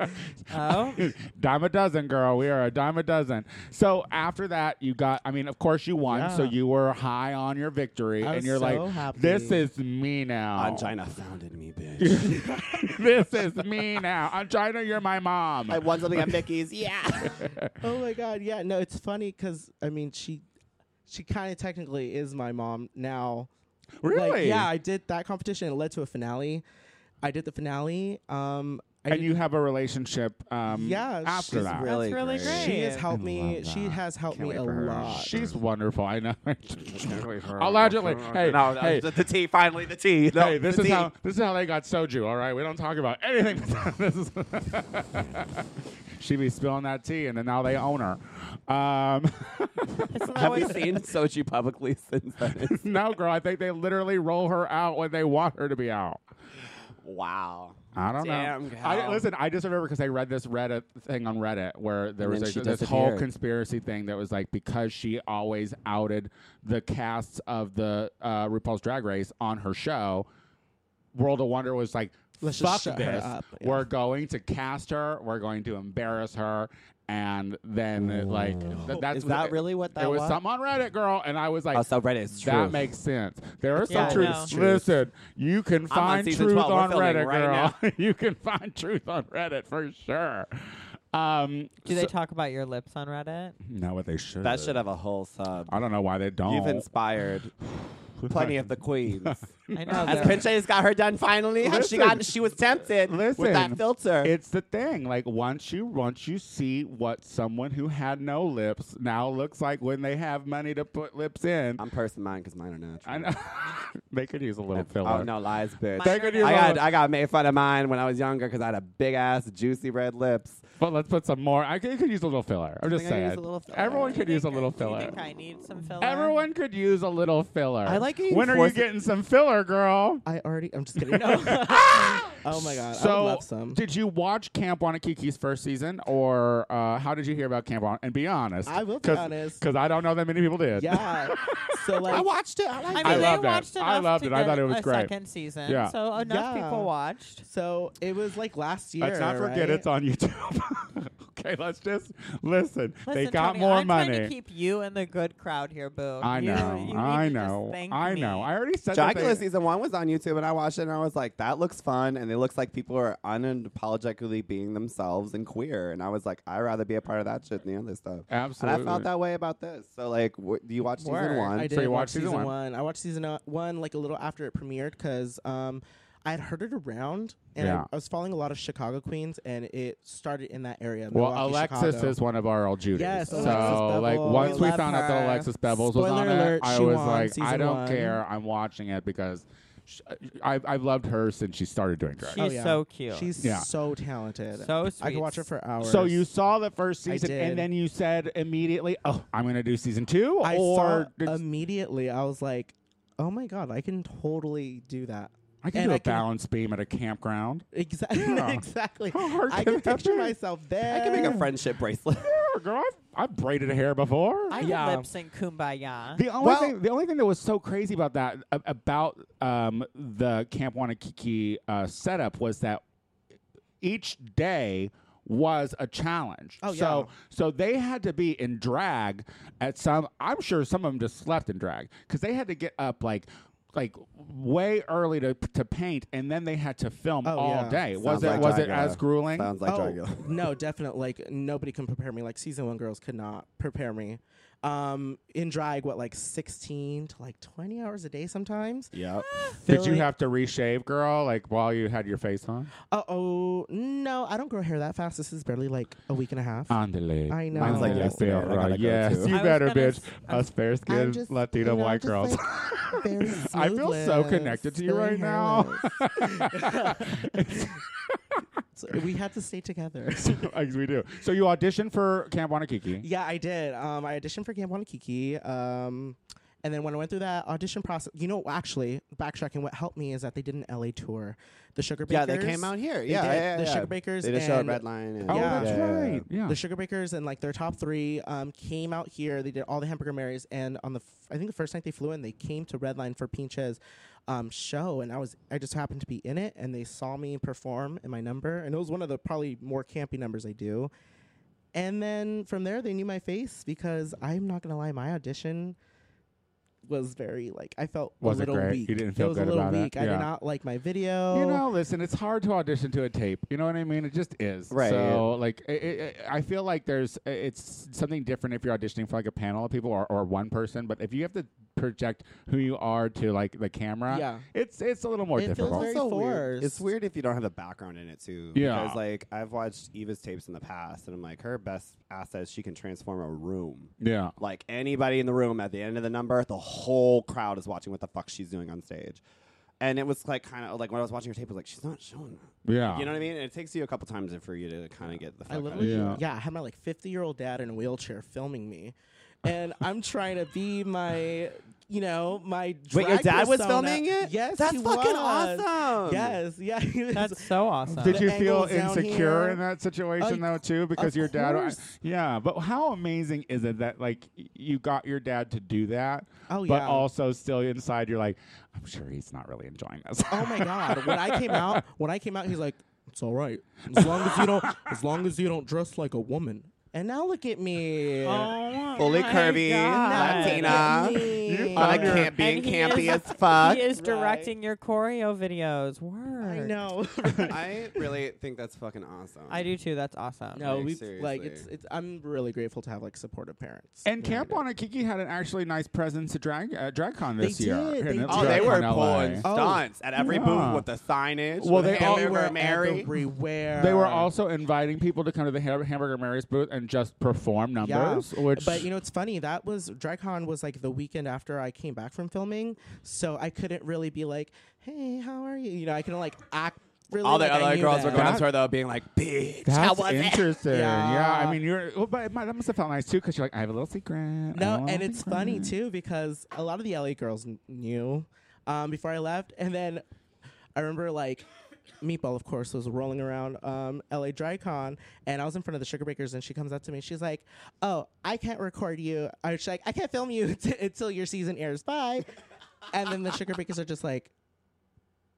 Oh. dime a dozen, girl. We are a dime a dozen. So after that, you got. I mean, of course, you won. So Yeah. you were high on your victory, and I was you're so like, happy. "This is me now. Angina founded me, bitch. (laughs) (laughs) (laughs) this is me now. Angina, you're my mom." I won something at Mickey's. Yeah. oh my god, yeah. No, it's funny because I mean she, she kind of technically is my mom now. Like, Really? yeah, I did that competition. It led to a finale. I did the finale. Um, I and did- you have a relationship. Um, Yeah, after she's that. real- That's really great. she has helped I me. love She that. has helped Can't me wait a for her. lot. She's wonderful. I know. (laughs) Allegedly, hey, no, no, hey, the, the tea. Finally, the tea. No, hey, this the is tea. (laughs) how this is how they got soju. All right, we don't talk about anything. (laughs) this is she be spilling that tea, and then now they own her. Um, (laughs) Isn't that Have (laughs) we what seen Sochi publicly since (laughs) (laughs) then? no, girl, I think they literally roll her out when they want her to be out. wow. I don't Damn, know. I, girl. listen, I just remember because I read this Reddit thing on Reddit where there And was then like, she this whole disappeared. conspiracy thing that was like because she always outed the casts of the uh, RuPaul's Drag Race on her show, World of Wonder was like, Let's "Fuck just shut her this! up, yeah." We're going to cast her. We're going to embarrass her." And then it, like th- that's Is what that it- really what that There was was? something on Reddit, girl, and I was like, Oh, so Reddit is true. that makes sense. There are some Yeah, I truths. know. Listen, you can find season truth 12. We're on filming Reddit, right girl. (laughs) you can find truth on Reddit for sure. Um, Do they so- talk about your lips on Reddit? Not what they should. that should have a whole sub. I don't know why they don't. You've (laughs) inspired plenty of the queens. I know. As they're- Pinche's got her done finally, how she got Listen. she was tempted Listen. with that filter. it's the thing. Like once you once you see what someone who had no lips now looks like when they have money to put lips in. I'm pursing mine because mine are natural. I know (laughs) they could use a little filler. Oh no, lies, bitch. They could use I a got little- I got made fun of mine when I was younger because I had a big ass, juicy red lips. but let's put some more. I could, you could use a little filler. I'm just think I could saying. use a little filler. Everyone could Do you use a think- little do you filler. think I need some filler? Everyone could use a little filler. I like it you When are you force it- getting some filler, girl? I already. I'm just (laughs) kidding. (laughs) No. oh my god, I So, would love some. did you watch Camp Wanakiki's first season, or uh, how did you hear about Camp Wan? And be honest, I will be honest. because I don't know that many people did. (laughs) Yeah. so like, I watched it. I I, like mean, I they loved it. watched I enough loved to it. I get thought it was a great. Second season, Yeah. so enough Yeah. people watched. so it was like last year. Let's not forget right? it's on YouTube. (laughs) okay, let's just listen. they Listen, got Tony, more I'm money. Trying to keep you and the good crowd here, boo. I You- know. you need I to just know. thank I me. know. I already said that. Dracula They, season one was on YouTube, and I watched it, and I was like, "That looks fun," and it looks like people are unapologetically being themselves and queer, and I was like, "I'd rather be a part of that shit than the other stuff." absolutely. And I felt that way about this. So, like, w- do you watch season Word. one? I So did you watch watched season season one. one. I watched season uh, one like a little after it premiered because um, I had heard it around and Yeah. I, I was following a lot of Chicago queens and it started in that area. Well, Milwaukee, Alexis Chicago. is one of our old Judas. Yes, so Alexis like Bebel. once We we love found out that her. Alexis Bebels was Spoiler on alert, it, I she was won like, I season don't one. care. I'm watching it because sh uh, I, I've loved her since she started doing drag. She's so cute. Oh, She's Yeah. so talented. So I sweet. could watch her for hours. so you saw the first I season, and did. then you said immediately, "Oh, I'm going to do season two? I or saw did- immediately. I was like, oh my god, I can totally do that. I can and do a I can- balance beam at a campground. Exactly. Yeah. (laughs) exactly. How hard can I can that picture be? myself there. I can make a friendship bracelet. Sure, girl, I've, I've braided hair before. I Yeah. lip sync "Kumbaya." The only Well- thing, the only thing that was so crazy about that a- about um, the Camp Wanakiki uh, setup was that each day was a challenge. Oh, So so they had to be in drag at some. I'm sure some of them just slept in drag because they had to get up like. Like way early to to paint, and then they had to film Oh, all yeah. day. Was Sounds it like was it Dracula. as grueling? Sounds like oh, Dracula. (laughs) no, definitely. Like nobody can prepare me. Like season one girls could not prepare me. Um, in drag, what like sixteen to like twenty hours a day sometimes. Yep. Ah, Did you Filling- have to reshave, girl? Like while you had your face on? Uh oh, no, I don't grow hair that fast. This is barely like a week and a half. On the leg. I know. I Mine's like yesterday, and I gotta go yes, too. you I was better, gonna bitch. s- Us fair I'm skinned just, Latina you know, white just, girls. like, (laughs) very I feel so smoothless, connected to you very right now. (laughs) hairless. (laughs) So we had to stay together. (laughs) Like we do. So you auditioned for Camp Wanakiki. Yeah, I did. Um, I auditioned for Camp Wanakiki. Um, And then when I went through that audition process, you know, actually, backtracking, what helped me is that they did an LA tour. The Sugar Bakers. yeah, they came out here. they Yeah, did. yeah, The yeah. Sugar Bakers They did a show at and- Red Lion. And Oh, Yeah. that's yeah, yeah. right. Yeah. The Sugar Bakers and like their top three um, came out here. They did all the Hamburger Marys, and on the f- I think the first night they flew in, they came to Redline for Pinche's um, show, and I was I just happened to be in it, and they saw me perform in my number, and it was one of the probably more campy numbers I do. And then from there, they knew my face because I'm not gonna lie, my audition was very like I felt Was it a little great? weak. You didn't feel it was good a little about it? weak. I Yeah. did not like my video. You know, listen, it's hard to audition to a tape. You know what I mean? It just is. Right. So, like, i i I feel like there's it's something different if you're auditioning for like a panel of people or, or one person. But if you have to project who you are to like the camera, Yeah. it's it's a little more It feels difficult. very It's also weird. forced. It's weird if you don't have a background in it too. Yeah. because like I've watched Eva's tapes in the past, and I'm like, her best asset is she can transform a room. yeah. Like anybody in the room at the end of the number, the whole crowd is watching what the fuck she's doing on stage. And it was like kind of like when I was watching her tape, I was like, she's not showing that. Yeah. You know what I mean? And it takes you a couple times for you to kind of get the fuck Ah. I out of literally, it. Yeah. yeah. I had my like 50 year old dad in a wheelchair filming me, and I'm trying to be my, you know, my. Wait, your drag dad was persona. filming it? Yes, That's he fucking was. awesome. Yes, yeah, he was. That's so awesome. Did Uh, The you feel angles down insecure here. in that situation Uh, though too? Because of your dad, course. yeah. But how amazing is it that like y- you got your dad to do that? Oh, But yeah. also still inside, you're like, I'm sure he's not really enjoying this. oh my god! When I came out, when I came out, he's like, "It's all right, as long as you don't, as long as you don't dress like a woman." And now look at me. Oh Fully my curvy, God. Latina. Look at You me. found I your- can't being And he campy is- as fuck. (laughs) He is directing your choreo videos. Word. I know. (laughs) I really think that's fucking awesome. I do too. That's awesome. no, Like, we like seriously. it's it's. I'm really grateful to have like supportive parents. (laughs) And Camp Wanakiki had an actually nice presence at drag uh, DragCon They this year. did, and they it did. Oh, was they DragCon were LA. pulling Oh, stunts at every Yeah. booth with the signage. Well, with they all hamburger were Mary. everywhere. They were also inviting people to come to the Ham- Hamburger Mary's booth and just perform numbers, which But you know, it's funny. That was DragCon was like the weekend after I came back from filming, so I couldn't really be like, "Hey, how are you?" You know, I couldn't like act. Really all the like I other knew girls were them. going That- up to her though, being like, "Bitch, how that's was it?" interesting. Yeah. (laughs) Yeah. I mean, you're, well, but it might, that must have felt nice too, because you're like, I have a little secret. No, Oh, and it's funny too because a lot of the LA girls kn- knew um, before I left, and then I remember like Meatball, of course, was rolling around um, LA DryCon, and I was in front of the Sugar Bakers, and she comes up to me, she's like, "Oh, I can't record you. I was like, I can't film you (laughs) t- until your season airs. Bye." and then the Sugar Bakers are just like.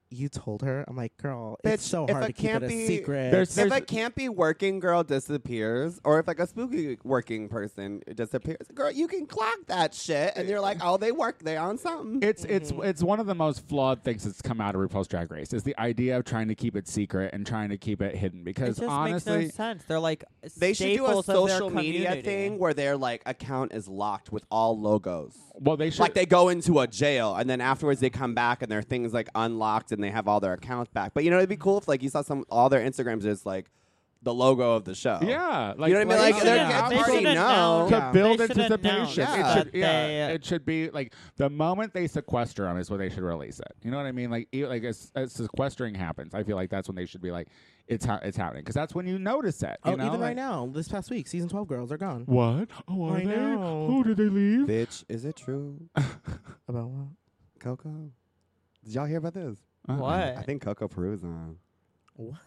You told her? I'm like, girl, Bitch, it's so if hard I to keep it can't a be- secret. Oh, There's- if a campy working girl disappears, or if like a spooky working person disappears, girl, you can clock that shit, and you're like, oh, they work, they on something. It's it's it's one of the most flawed things that's come out of RuPaul's Drag Race is the idea of trying to keep it secret and trying to keep it hidden It because just honestly, makes no sense. They're like they should do a staples of their social media community. thing where their like account is locked with all logos. well they should Like they go into a jail and then afterwards they come back and their things like unlocked and they have all their accounts back. But you know it'd be cool if like you saw some all their Instagrams is like the logo of the show. yeah like you know what I mean? like, Like They should've- they're yeah, they already should've know. known. to Yeah. build They should anticipation. announce It Yeah. should, that yeah, they- it should be like the moment they sequester them is when they should release it. You know what I mean? Like, e- like as, as sequestering happens, I feel like that's when they should be like, it's ha- it's happening because that's when you notice it. oh, you know? even like, right now, this past week, season 12 girls are gone. What? Oh, are I they? know. Oh, did they leave? Bitch, is it true? About what? Coco? Did y'all hear about this? Uh-uh. What? I think Coco Peru is on. What?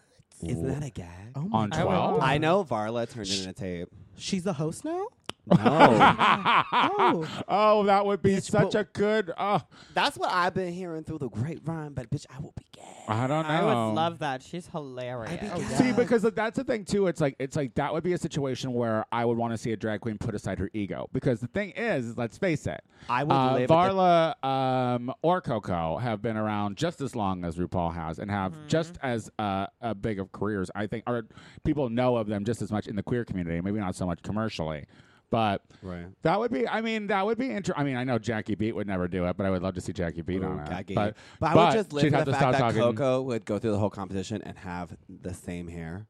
Isn't that a gag? Oh my On I would- twelve? I know Varla turned it in a (laughs) tape. She's the host now? No. Oh. (laughs) oh, that would be Bitch, such but- a good. Uh, That's what I've been hearing through the grapevine, but bitch, I will be gay. I don't know. Um, I would love that. She's hilarious. Oh, See, because that's the thing too. It's like it's like that would be a situation where I would want to see a drag queen put aside her ego because the thing is, is let's face it, I would uh, live at the- Varla um, or Coco have been around just as long as RuPaul has and have just as uh, a big of careers. I think, or people know of them just as much in the queer community, maybe not so much commercially, but. Right. That would be. I mean, that would be interesting. I mean, I know Jackie Beat would never do it, but I would love to see Jackie Beat on it. Jackie. But, But, I but would just live she'd for have the to fact stop that talking. Coco would go through the whole competition and have the same hair.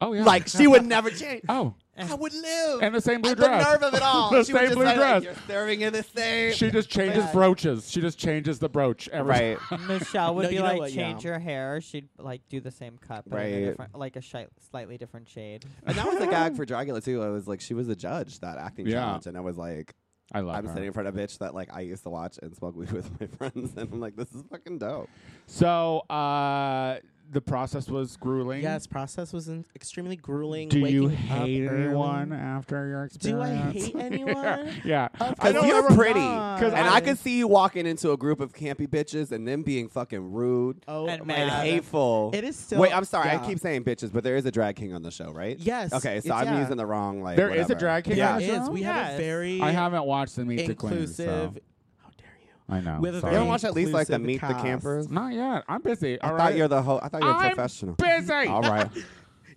Oh Mm. yeah. Like she would (laughs) never change. (laughs) Oh, I would live. and the same blue Like, dress. The nerve of it (laughs) all. (laughs) the she would same just blue say, dress. Like, You're serving in the same. (laughs) She just changes Yeah. brooches. She just changes the brooch every (laughs) right. Michelle would No, be you know like, what, yeah. change your hair. She'd like do the same cut, but in Right. a different, like a shi- slightly (laughs) different shade. Oh And that was a gag for Dracula too. I was like, she was a judge that acting Yeah. challenge, and I was like, I love I'm her. sitting in front of a bitch that like I used to watch and smoke weed (laughs) with my friends, and I'm like, this is fucking dope. So uh, the process was grueling. Yes, process was in- extremely grueling. Do you waking up hate early. anyone after your Do I experience? (laughs) hate anyone? yeah. Of I course. don't. don't you're ever pretty, mind. and I, I- could see you walking into a group of campy bitches and them being fucking rude Oh, And my mad. and God. hateful. It is still. Wait, I'm sorry. yeah. I keep saying bitches, but there is a drag king on the show, right? Yes, Okay, so it's- I'm yeah. using the wrong like. There is a whatever. drag king. Yeah, on it the is. show? We have a Yes. very I haven't watched the Meet the inclusive. Queen. How dare you? So I know. We have You sorry. a very- haven't watched at least like the Inclusive meet the cast. campers. Not yet. I'm busy. I All thought right? you're the ho- I thought you were I'm professional. Busy. All right.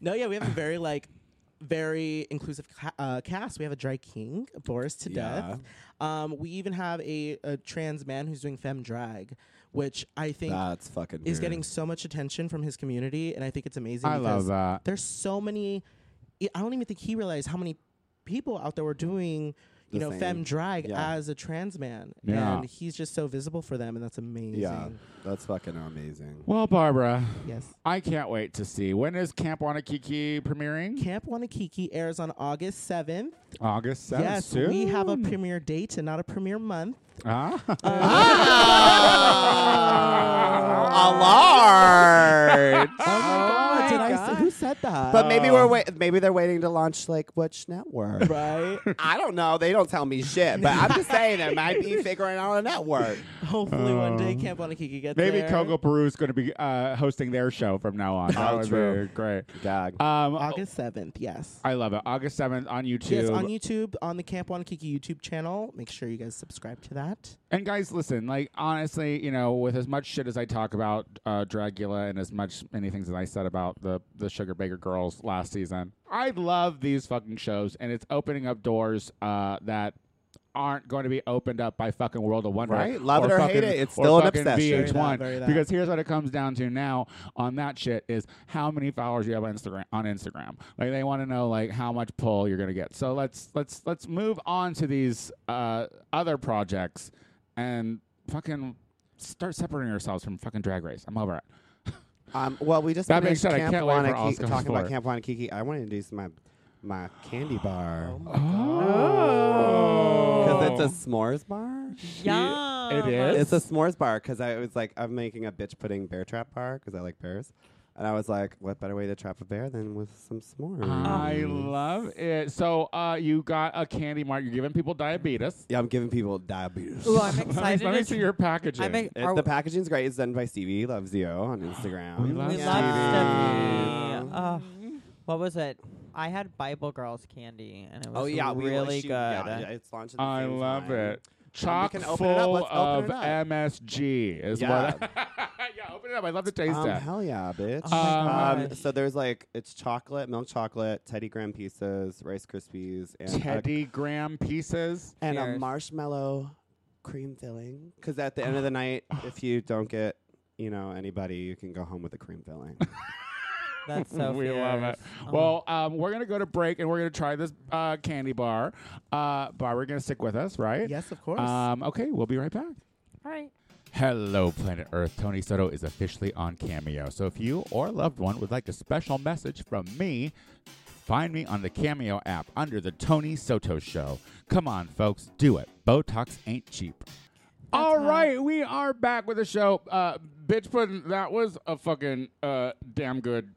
No, yeah, we have a very like very inclusive ca- uh, cast. We have a dry king, Boris to death. Um, we even have a, a trans man who's doing femme drag, which I think That's fucking. is weird. getting so much attention from his community, and I think it's (laughs) amazing. I love because that. There's so many. I- I don't even think he realized how many people out there were doing. You The know, same. femme drag Yeah. as a trans man, Yeah. and he's just so visible for them, and that's amazing. Yeah, that's fucking (laughs) amazing. Well, Barbara, Yes. I can't wait to see. When is Camp Wanakiki premiering? Camp Wanakiki airs on August seventh. August 7th. Yes, we have a premiere date and not a (laughs) premiere month. Ah. Oh (laughs) Uh, Alarm! Uh, Oh, did I God. say, who said that? But maybe we're wait- maybe they're waiting to launch like which network. right? (laughs) I don't know. They don't tell me shit, but I'm just saying they might be figuring out a network. Hopefully one day Camp Wanakiki gets (laughs) Um, Maybe there. Coco Peru is going to be uh, hosting their show from now on. That Oh, would true. be great. Gag. Um, August 7th, yes. I love it. August 7th on YouTube. Yes, on YouTube, on the Camp Wanakiki YouTube channel. Make sure you guys subscribe to that. And guys, listen, like honestly, you know, with as much shit as I talk about uh, Dragula and as much many things as I said about the the Sugar Baker Girls last season, I love these fucking shows, and it's opening up doors uh, that aren't going to be opened up by fucking World of Wonder. Right? Love it or hate it, it's or still an fucking obsession. VH1. Very that, very that. Because here's what it comes down to now on that shit is how many followers you have on Instagram. On Instagram, like they want to know like how much pull you're gonna get. So let's let's let's move on to these uh, other projects and fucking start separating ourselves from fucking Drag Race. I'm over it. Um, well, we just That being finished said, I Camp can't wait for Wanakiki- Oscars talking for about it. Camp Wanakiki. I want to introduce my my candy bar because Oh, it's a s'mores bar. Yum. It is? It's a s'mores bar because I was like, I'm making a bitch pudding bear trap bar because I like bears, and I was like, what better way to trap a bear than with some s'mores? Ah. I love it. So uh, you got a candy mart. You're giving people diabetes. yeah, I'm giving people diabetes. (laughs) Ooh, I'm Let excited. me, let me to- see your packaging. I'm ex- It- are- the packaging's great. It's done by Stevie Loves You on Instagram. We love we Yeah. love Yeah. Stephanie. Ugh. what was it? I had Bible Girls candy, and it was Oh yeah, we really good. Yeah, yeah, it's launched. At the I same love time. it. Um, we Chock can open it up. full Let's open of it up. MSG is Yeah. (laughs) what. yeah, open it up. I love to taste Um, that. hell yeah, bitch. Oh my um, gosh. so there's like it's chocolate, milk chocolate, Teddy Graham pieces, Rice Krispies, and a- Teddy Graham pieces. and a Cheers. marshmallow cream filling. Because at the end of (sighs) the night, if you don't get you know anybody, you can go home with a cream (laughs) filling. That's so we love it. fierce. Oh my Well, um, we're gonna go to break and we're gonna try this uh, candy bar. Uh, bar, we're gonna stick with us, right? Yes, of course. Um, okay, we'll be right back. All right. Hello, Planet Earth. Tony Soto is officially on Cameo. So if you or a loved one would like a special message from me, find me on the Cameo app under The Tony Soto Show. Come on, folks, do it. Botox ain't cheap. All right, we are back with the show. Uh, bitch pudding, that was a fucking uh, damn good.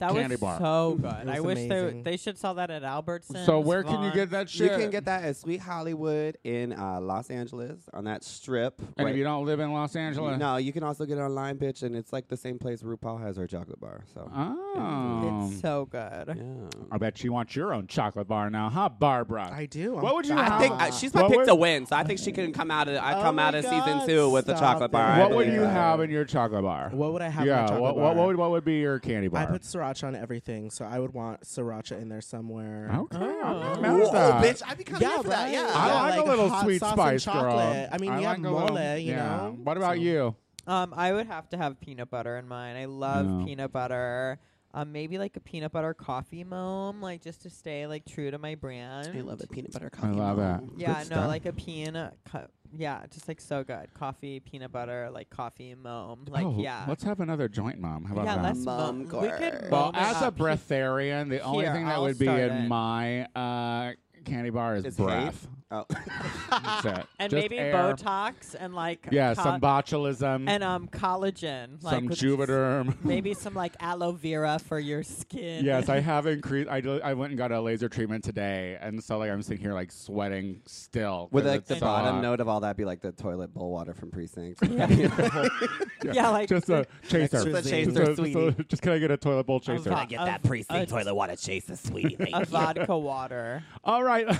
That candy was bar. so good. I was wish they amazing. they should sell that at Albertsons. so where can you Vons. get that you shit? can get that at Sweet Hollywood in uh, Los Angeles on that strip. And right- if you don't live in Los Angeles, No, you can also get it online, bitch, and it's like the same place RuPaul has her chocolate bar. So Oh. It's so good. yeah. I bet you want your own chocolate bar now, huh, Barbara? I do. I'm What would you? back. I have? think uh, she's my What Uh, pick would- to win, so I think she can come out of I Oh come my out of season God, two with a stop chocolate it. bar. I What would believe you that. have in your chocolate bar? what would I have? in my yeah, chocolate what, what, bar? what, would, what would be your candy bar? I put sriracha on everything, so I would want sriracha in there somewhere. okay, I'm not Oh. mad at that. I'd be Yeah, right? I Yeah, like, like a little hot sweet sauce and spice, girl. chocolate. I mean, I you like have a little- mole, you yeah. know? What about So- you? Um, I would have to have peanut butter in mine. I love Yeah. peanut butter. Um, maybe like a peanut butter coffee moam, like just to stay like true to my brand. I love a peanut butter I coffee. love that. Yeah, Good no, stuff. like a peanut. Co- yeah, just like so good. Coffee, peanut butter, like coffee moam. Like oh, yeah, Let's have another joint, mom. How about yeah. that? Let's Mom moam. We could gourd. moam well, it as a up. (laughs) breatharian, the only Here, thing that I'll would be start in it. my uh, candy bar is Is hate? breath. Oh. That's it. (laughs) and Just maybe air. Botox and like Yeah, co- some botulism. and um collagen, like some with- Juvederm. maybe some like aloe vera for your skin. (laughs) yes, I have increased. I, do- I went and got a laser treatment today, and so like I'm sitting here like sweating still. 'cause Would like it's the so bottom hot. note of all that be like the toilet bowl water from (laughs) precinct? yeah, like just a chaser. Extra Just chaser, a- just, a- sweetie. just can I get a toilet bowl chaser? vodka. Get Of- that precinct of- toilet water chase the sweetie. thank (laughs) a you. vodka water. All right. (laughs)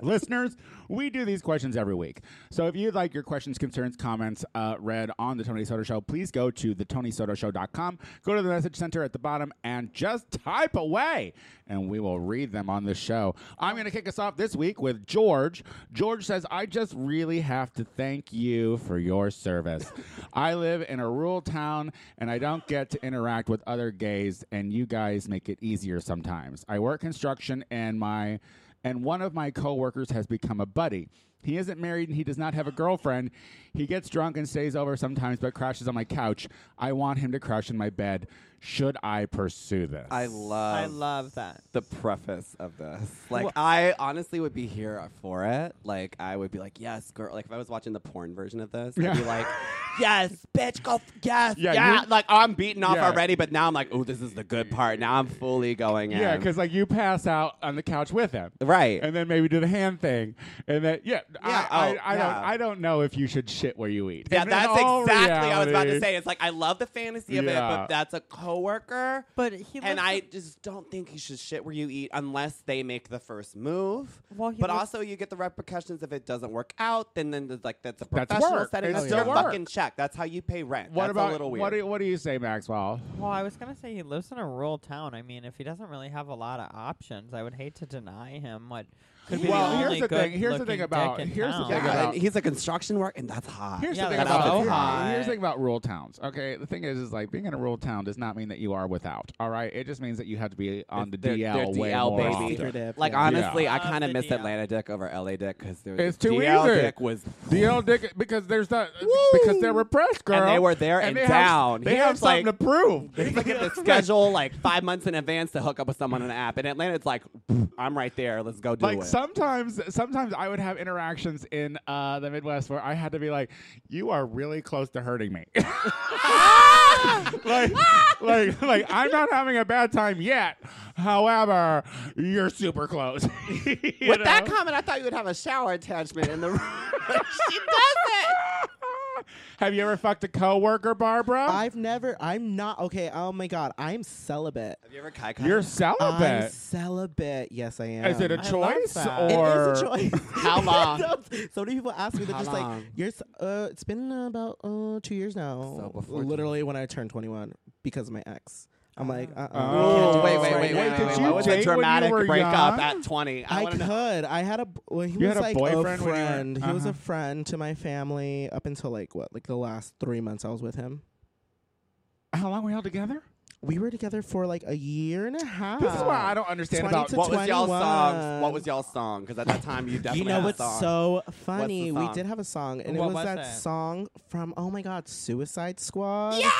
Listeners, we do these questions every week. So if you'd like your questions, concerns, comments uh, read on The Tony Soto Show, please go to thetonysotoshow.com, go to the message center at the bottom, and just type away, and we will read them on the show. I'm going to kick us off this week with George. George says, I just really have to thank you for your service. I live in a rural town, and I don't get to interact with other gays, and you guys make it easier sometimes. I work construction, and my and one of my coworkers has become a buddy. He isn't married and he does not have a girlfriend. He gets drunk and stays over sometimes but crashes on my couch. I want him to crash in my bed. Should I pursue this? I love I love that. the preface of this. Like I honestly would be here for it. Like I would be like, yes, girl. Like if I was watching the porn version of this, I'd be Yeah. (laughs) like, yes, bitch, go. F- yes, Yeah, yeah. you- Like I'm beaten off Yeah. already, but now I'm like, oh, this is the good part. Now I'm fully going in. Yeah, because like you pass out on the couch with him. right. And then maybe do the hand thing. And then yeah, Yeah, I, oh, I, I yeah. don't I don't know if you should shit where you eat. yeah, And in that's all exactly what I was about to reality- say. It's like I love the fantasy of it, Yeah. but that's a coworker. But he and lives I with- just don't think you should shit where you eat unless they make the first move. Well, he but was- also you get the repercussions if it doesn't work out. Then then there's like that's a That's professional work. setting. It's That's still your work. fucking check. That's how you pay rent. What that's about a little weird? What do, what do you say, Maxwell? Well, I was gonna say he lives in a rural town. I mean, if he doesn't really have a lot of options, I would hate to deny him what could be Well, the here's only the thing- good here's the looking thing about- dick in here's the town. thing yeah, about- and he's a construction worker, and that's hot. Here's Yeah, the thing that's about so here's- hot. here's the thing about rural towns. Okay, the thing is, is like being in a rural town does not mean that you are without. All right, it just means that you have to be on the They're- DL they're way DL, more baby. often. Secretive, Like yeah. honestly, Yeah. I kind Love of the miss DL. Atlanta dick over LA dick because It's too DL easy. dick (laughs) was DL dick because there's that because they're repressed, girl. And they were there And and they have- down. they have Here's, something like- to prove. (laughs) They look (laughs) at the schedule like five months in advance to hook up with someone on the app. In Atlanta, it's like I'm right there. Let's go do like it. sometimes sometimes i would have interactions in uh, the midwest where i had to be like you are really close to hurting me (laughs) Ah! like, like like i'm not having a bad time yet however you're super close (laughs) with (laughs) With that comment, I thought you would have a shower attachment in the (laughs) room. she doesn't. (laughs) have you ever fucked a coworker barbara I've never. I'm not okay. Oh my god, I'm celibate. Have you ever kai (laughs) you're I'm celibate celibate. Yes, I am. is (laughs) it a I love choice that. It or is a choice. (laughs) How (laughs) long? so many people ask me. They're How just long? like, "You're." s- Uh, it's been about uh, two years now. So before literally when I turned 21 because of my ex. I'm like, uh-uh. Oh. Can't do Ah. wait, this wait, right wait, wait, now. wait, Did wait. you What was date a when you dramatic were breakup young? at 20? I, I want to know. could. I had a. Well, he You was had a like boyfriend a when you were- friend. He was a Uh-huh. friend to my family up until like what, like the last three months I was with him. how long were y'all together We were together for like a year and a half. this is why i don't understand 20 about Uh, to What was y'all's song? 21. What was y'all's song? Because at that time, you definitely you know had a what's song. so funny? We song? did have a song, and What it was, was that it? song from Oh my God, Suicide Squad. Yeah,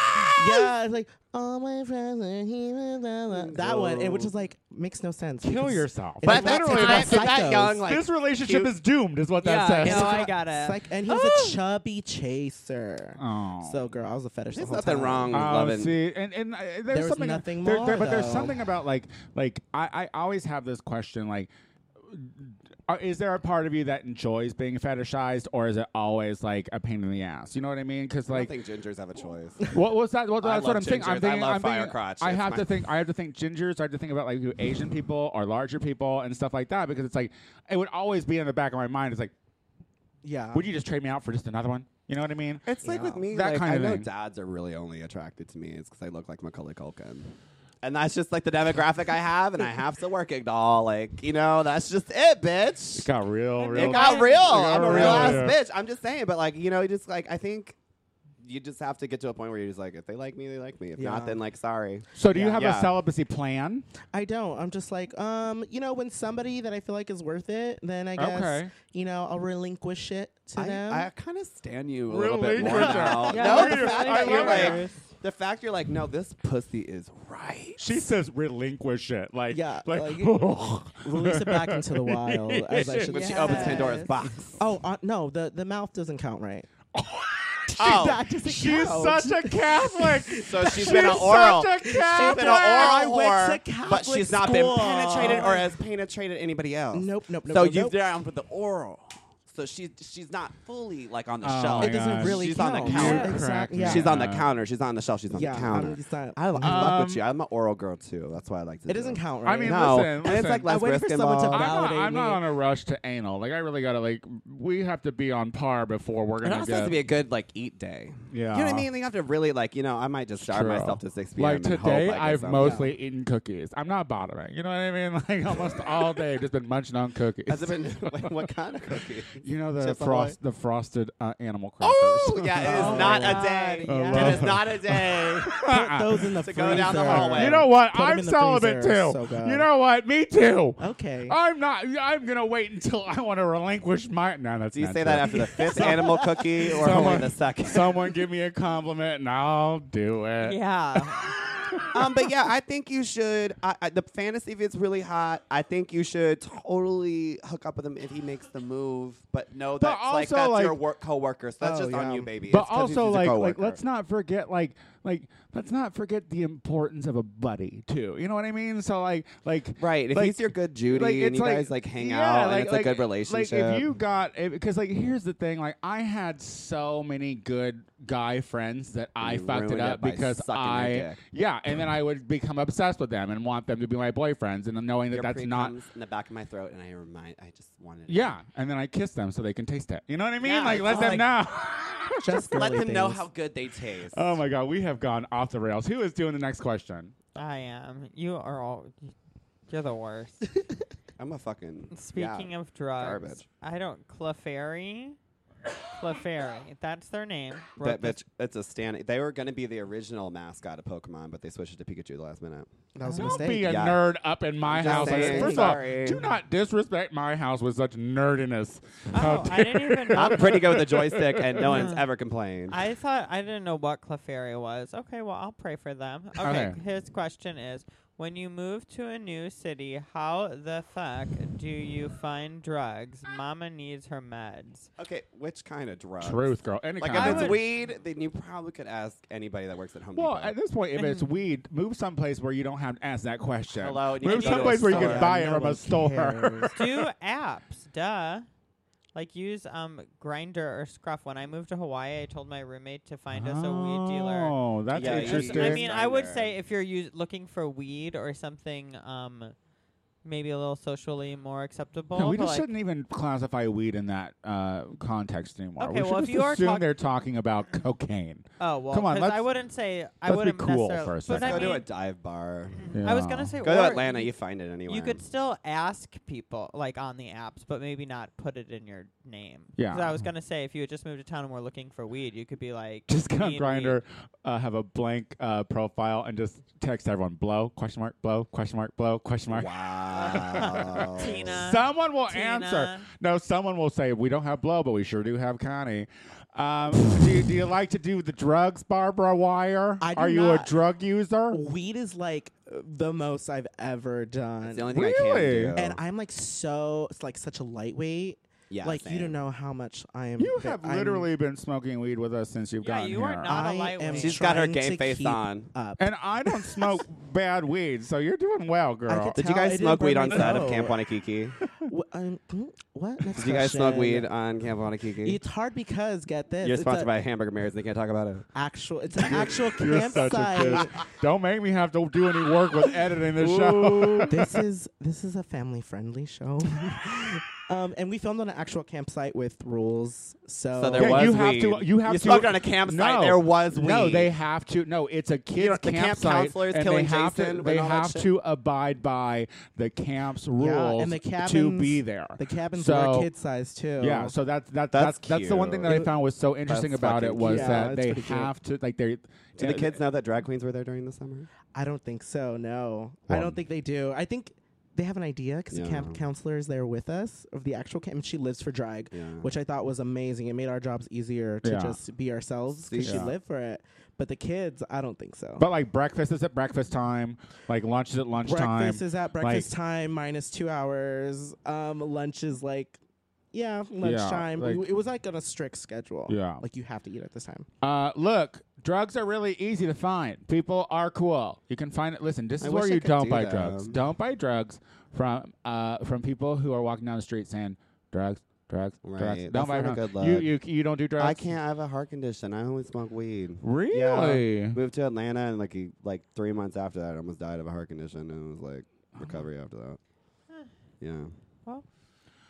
yeah, it's like all my friends are here. blah, blah, blah. That one, it which is like makes no sense. kill because yourself it's But at that literally time, about if you're that psychos. young, like this relationship cute- is doomed is what Yeah, that says no, It's I about got it. psych- and he was a chubby chaser. Oh. So, girl, I was a fetish. the There's whole nothing time. wrong with Oh, loving. see, and and uh, there's There's something nothing there- more, there- but there's though. something about like like I, I always have this question like. uh, Is there a part of you that enjoys being fetishized, or is it always like a pain in the ass? You know what I mean? Because I like, don't think gingers have a choice. what was that? Well, I that's love what I'm thinking. I'm gingers. I thinking. love I'm thinking- fire crotch. I It's have my- to think. I have to think gingers. I have to think about like who Asian people or larger people and stuff like that because it's like it would always be in the back of my mind. It's like, Yeah. would you just trade me out for just another one? You know what I mean? (laughs) It's like with me, That like, kind I of know thing. dads are really only attracted to me. It's because I look like Macaulay Culkin. And that's just like the demographic I have, and I have to work it all. Like, you know, that's just it, bitch. It got real, real. it got real. I'm a real ass yeah. bitch. I'm just saying, but like, you know, you just like, I think you just have to get to a point where you're just like, if they like me, they like me. If Yeah. not, then like, sorry. So, do you Yeah. have a Yeah. celibacy plan? I don't. I'm just like, um, you know, when somebody that I feel like is worth it, then I guess, Okay. you know, I'll relinquish it to I, them. I kind of stand you a little bit Relinquish more it. now. Yeah, no, like the your fact I that you're love it. like, the fact you're like, no, this pussy is right. She says relinquish it. Like, Yeah, like, (laughs) (laughs) Release it back (laughs) into the wild, as I should When she say. opens Pandora's Yes. box. (laughs) Oh uh, no, the the mouth doesn't count, right? (laughs) Oh, That doesn't she's count. such (laughs) a (laughs) Catholic. so she's she's been an oral. such a She's Catholic. been an I oral went to whore, but she's Catholic not been school. penetrated or has penetrated anybody else. Nope, nope, nope. so nope, you nope. down with um, the oral. So she's she's not fully like on the Oh shelf. my It doesn't gosh. really She's count. on the counter. Yeah, exactly. Correct. Yeah. She's on the Uh, counter. She's not on the shelf. She's on yeah, the I'm counter. just not- Uh, I, li- I fuck with Um, you. I'm an oral girl too. That's why I like to. It do doesn't count, right? I mean, No, and listen, it's like listen. less I waited risk for someone to involved. back- I'm not, validate I'm not me. on a rush to anal. Like I really gotta like we have to be on par before we're It gonna also get. has to be a (laughs) good like eat day. Yeah. you know what I mean. Like, you have to really like you know. I might just starve True. myself to six p.m. Like and today, hope I get I've some- mostly eaten cookies. I'm not bothering. You know what I mean? (laughs) Like almost all day, just been munching on cookies. (laughs) Has it been like, what kind of cookie? (laughs) you know the Chips Ahoy? frost, the frosted uh, animal crackers. (laughs) Oh yeah, it is Oh. not a day. God, yeah. It is not a day. Put those (laughs) in the To freezer. go down the hallway. You know what? Ah. Put 'em I'm in the celibate freezer. too. So good. you know what? Me too. (laughs) Okay. I'm not. I'm gonna wait until I want to relinquish my. No, that's. Do you not say true. that after the (laughs) fifth animal cookie or only Someone- the second? Someone give me a compliment and I'll do it. (laughs) Yeah. (laughs) um, but yeah, I think you should. I, I, the fantasy, if it's really hot, I think you should totally hook up with him if he makes the move. But no, But that's like also, that's like- your work coworker. So that's Oh, just on yeah. you, baby. But It's 'cause he's also, his like, like, coworker. let's not forget, like, like, let's not forget the importance of a buddy too. You know what I mean? So, like, like, right. If like, he's your good Judy like, and it's you like- guys like hang yeah, out and like- it's like- a good relationship. Like, if you got, because, like, here's the thing, like, I had so many good guy friends that I you fucked it ruined it up by because sucking their I, dick. yeah, and then I would become obsessed with them and want them to be my boyfriends, and knowing that Your that's pre not comes in the back of my throat, and I remind, I just wanted. it. Yeah, and then I kiss them so they can taste it. You know what I mean? Yeah, like it's let all them like- know. Just let girly them know things. how good they taste. oh my god, we have gone off the rails. Who is doing the next question? I am. You are all. You're the worst. (laughs) I'm a fucking. Speaking of drugs, garbage. I don't. Clefairy. Clefairy. That's their name. That Wrote the- bitch, it's a stand. They were going to be the original mascot of Pokemon, but they switched it to Pikachu the last minute. That was a Don't be mistake. a Yeah. nerd up in my I'm just house. saying. First of all, Sorry. do not disrespect my house with such nerdiness. Oh, I didn't even know. I'm pretty good with a joystick, and no one's ever complained. I thought I didn't know what Clefairy was. Okay, well I'll pray for them. Okay, Okay. his question is: When you move to a new city, how the fuck do you find drugs? Mama needs her meds. okay, which kind of drug? Truth, girl. Any Uh, Like if kind I of it's would- weed, then you probably could ask anybody that works at Home Well, Depot. at this point, if (clears throat) it's weed, move someplace where you don't have to ask that question. Hello, and you can move go to a someplace where you store. can buy it No from one a (laughs) store. cares. Do apps, duh. Like use um Grinder or Scruff. When I moved to Hawaii, I told my roommate to find us a weed dealer. Oh, that's Yeah, yeah, Because, interesting. I Use mean, I would Grindr. say if you're use, looking for weed or something, um, maybe a little socially more acceptable. No, we but, just like, shouldn't even classify weed in that uh, context anymore. Okay, we should well, if just you are assume talk- they're talking about cocaine. Oh well, Come on, 'cause let's- I wouldn't say I let's be wouldn't cool necessarily. for a but second. I, Go to a mean, dive bar. Mm-hmm. I was gonna say Go or to Atlanta, You, you find it anywhere. you could still ask people like on the apps, but maybe not put it in your name. 'Cause Yeah. I was gonna say if you had just moved to town and were looking for weed, you could be like Just get on need Grinder, uh, have a blank uh, profile, and just text everyone blow question mark blow question mark blow question mark. Wow. (laughs) weed. (laughs) Tina. Someone will Tina. answer. No, someone will say we don't have blow, but we sure do have Connie. Um, do, you, do you like to do the drugs, Barbara Wire? I do Are you not. Oh, a drug user? (laughs) Weed is like the most I've ever done. It's the only thing I Really? can do. and I'm like so it's like such a lightweight. yeah, like you same. don't know how much I am. You that have I'm- literally been smoking weed with us since you've Yeah, gotten you are here. not a I am. lightweight. She's got her trying game to face keep on. Up. And I don't (laughs) smoke bad weed, so you're doing well, girl. could Did you Tell- I guys didn't smoke burn weed on my set of toe. Camp Wanakiki? Wh- um, mm, what? Next Did you guys smoke question. weed on Camp Wanakiki? It's hard because get this. You're it's sponsored a by Hamburger Mary's. They can't talk about it. actual. It's an actual (laughs) You're such a (laughs) campsite. bitch. Don't make me have to do any work with editing this show. this is this is a family friendly show. (laughs) um, and we filmed on an actual campsite with rules. So, So there Yeah, was you have weed. to- uh, you have you to- smoked on a campsite. No. there was weed. No, they have to. No, it's a kids' You know, the camp campsite, counselors and killing they have Jason to. and They all that have shit. to abide by the camp's rules yeah, and the cabins, to be there. The cabins so, were kid size too. Yeah, so that's that, That's that's that's, the one thing that I cute. found was so interesting That's about it fucking was cute. Yeah, that it's they pretty cute. have to like uh, they. Do the kids know that drag queens were there during the summer? I don't think so. No, I Well- don't think they do. I think they have an idea because the Yeah. camp counselor is there with us of the actual camp. And she lives for drag, Yeah. which I thought was amazing. It made our jobs easier to Yeah. just be ourselves because she Yeah. lived for it. But the kids, I don't think so. But like breakfast is at breakfast time, like lunch is at lunchtime. breakfast is at breakfast like- time minus two hours. Um, lunch is like, yeah, lunchtime. like- We- it was like on a strict schedule. Yeah. like you have to eat at this time. Uh, look, drugs are really easy to find. People are cool. You can find it. Listen, this I is wish where I you could don't do buy that. Um, drugs. Don't buy drugs from uh, from people who are walking down the street saying drugs, drugs, Right, drugs. that's Don't buy not a drugs. good You, look. you you don't do drugs. I can't. I have a heart condition. I only smoke weed. Really? Yeah. Moved to Atlanta, and like he, like three months after that, I almost died of a heart condition, and it was like Uh-huh. recovery after that. Yeah.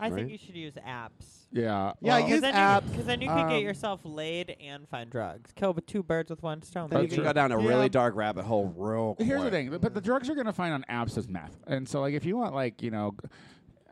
I Right? think you should use apps. Yeah. Yeah, well, use then apps. you, cause then you could Um, get yourself laid and find drugs. Kill b- two birds with one stone. Then baby. you That's can true. go down a Yeah. really dark rabbit hole real quick. Here's the thing, but the drugs you're gonna find on apps is meth, and so like if you want like you know,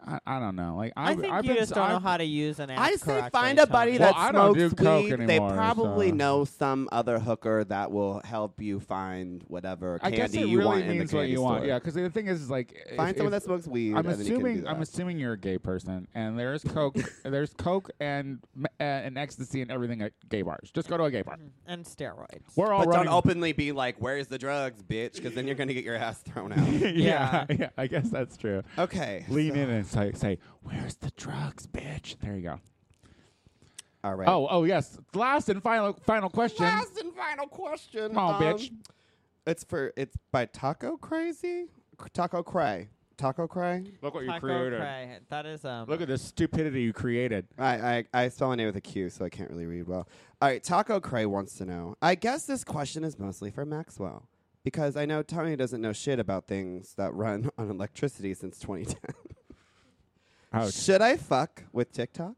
I, I don't know, like I I've- think I've you been, just don't I've, know how to use an app. I say correctly, find a Tony. buddy Well, that I don't smokes do coke weed. anymore, they probably so- know some other hooker that will help you find whatever I candy guess it you really want in the means candy what you want, store. yeah. Because the thing is, is, like if- Find someone if- that smokes weed. and I'm then you can do assuming I'm that. assuming you're a gay person, and (laughs) there's coke, there's coke and m- uh, and ecstasy and everything at gay bars. Just go to a gay bar. and steroids. We're all Mm-hmm. But running. don't openly be like, "Where's the drugs, bitch?" Because then you're gonna get your ass thrown (laughs) out. (laughs) yeah, yeah. I guess that's true. (laughs) okay. Lean so- in and say, say, "Where's the drugs, bitch?" There you go. All right. Oh, oh yes. Last and final, final question. Last and final question. Um, Come on, bitch. It's for it's by Taco Crazy, Taco Cray, Taco Cray. Look what you Taco created. Cray. That is um. Look at the stupidity you created. I, I I spell my name with a Q, so I can't really read well. All right, Taco Cray wants to know. I guess this question is mostly for Maxwell because I know Tony doesn't know shit about things that run (laughs) on electricity since 2010. Ouch. Should I fuck with TikTok?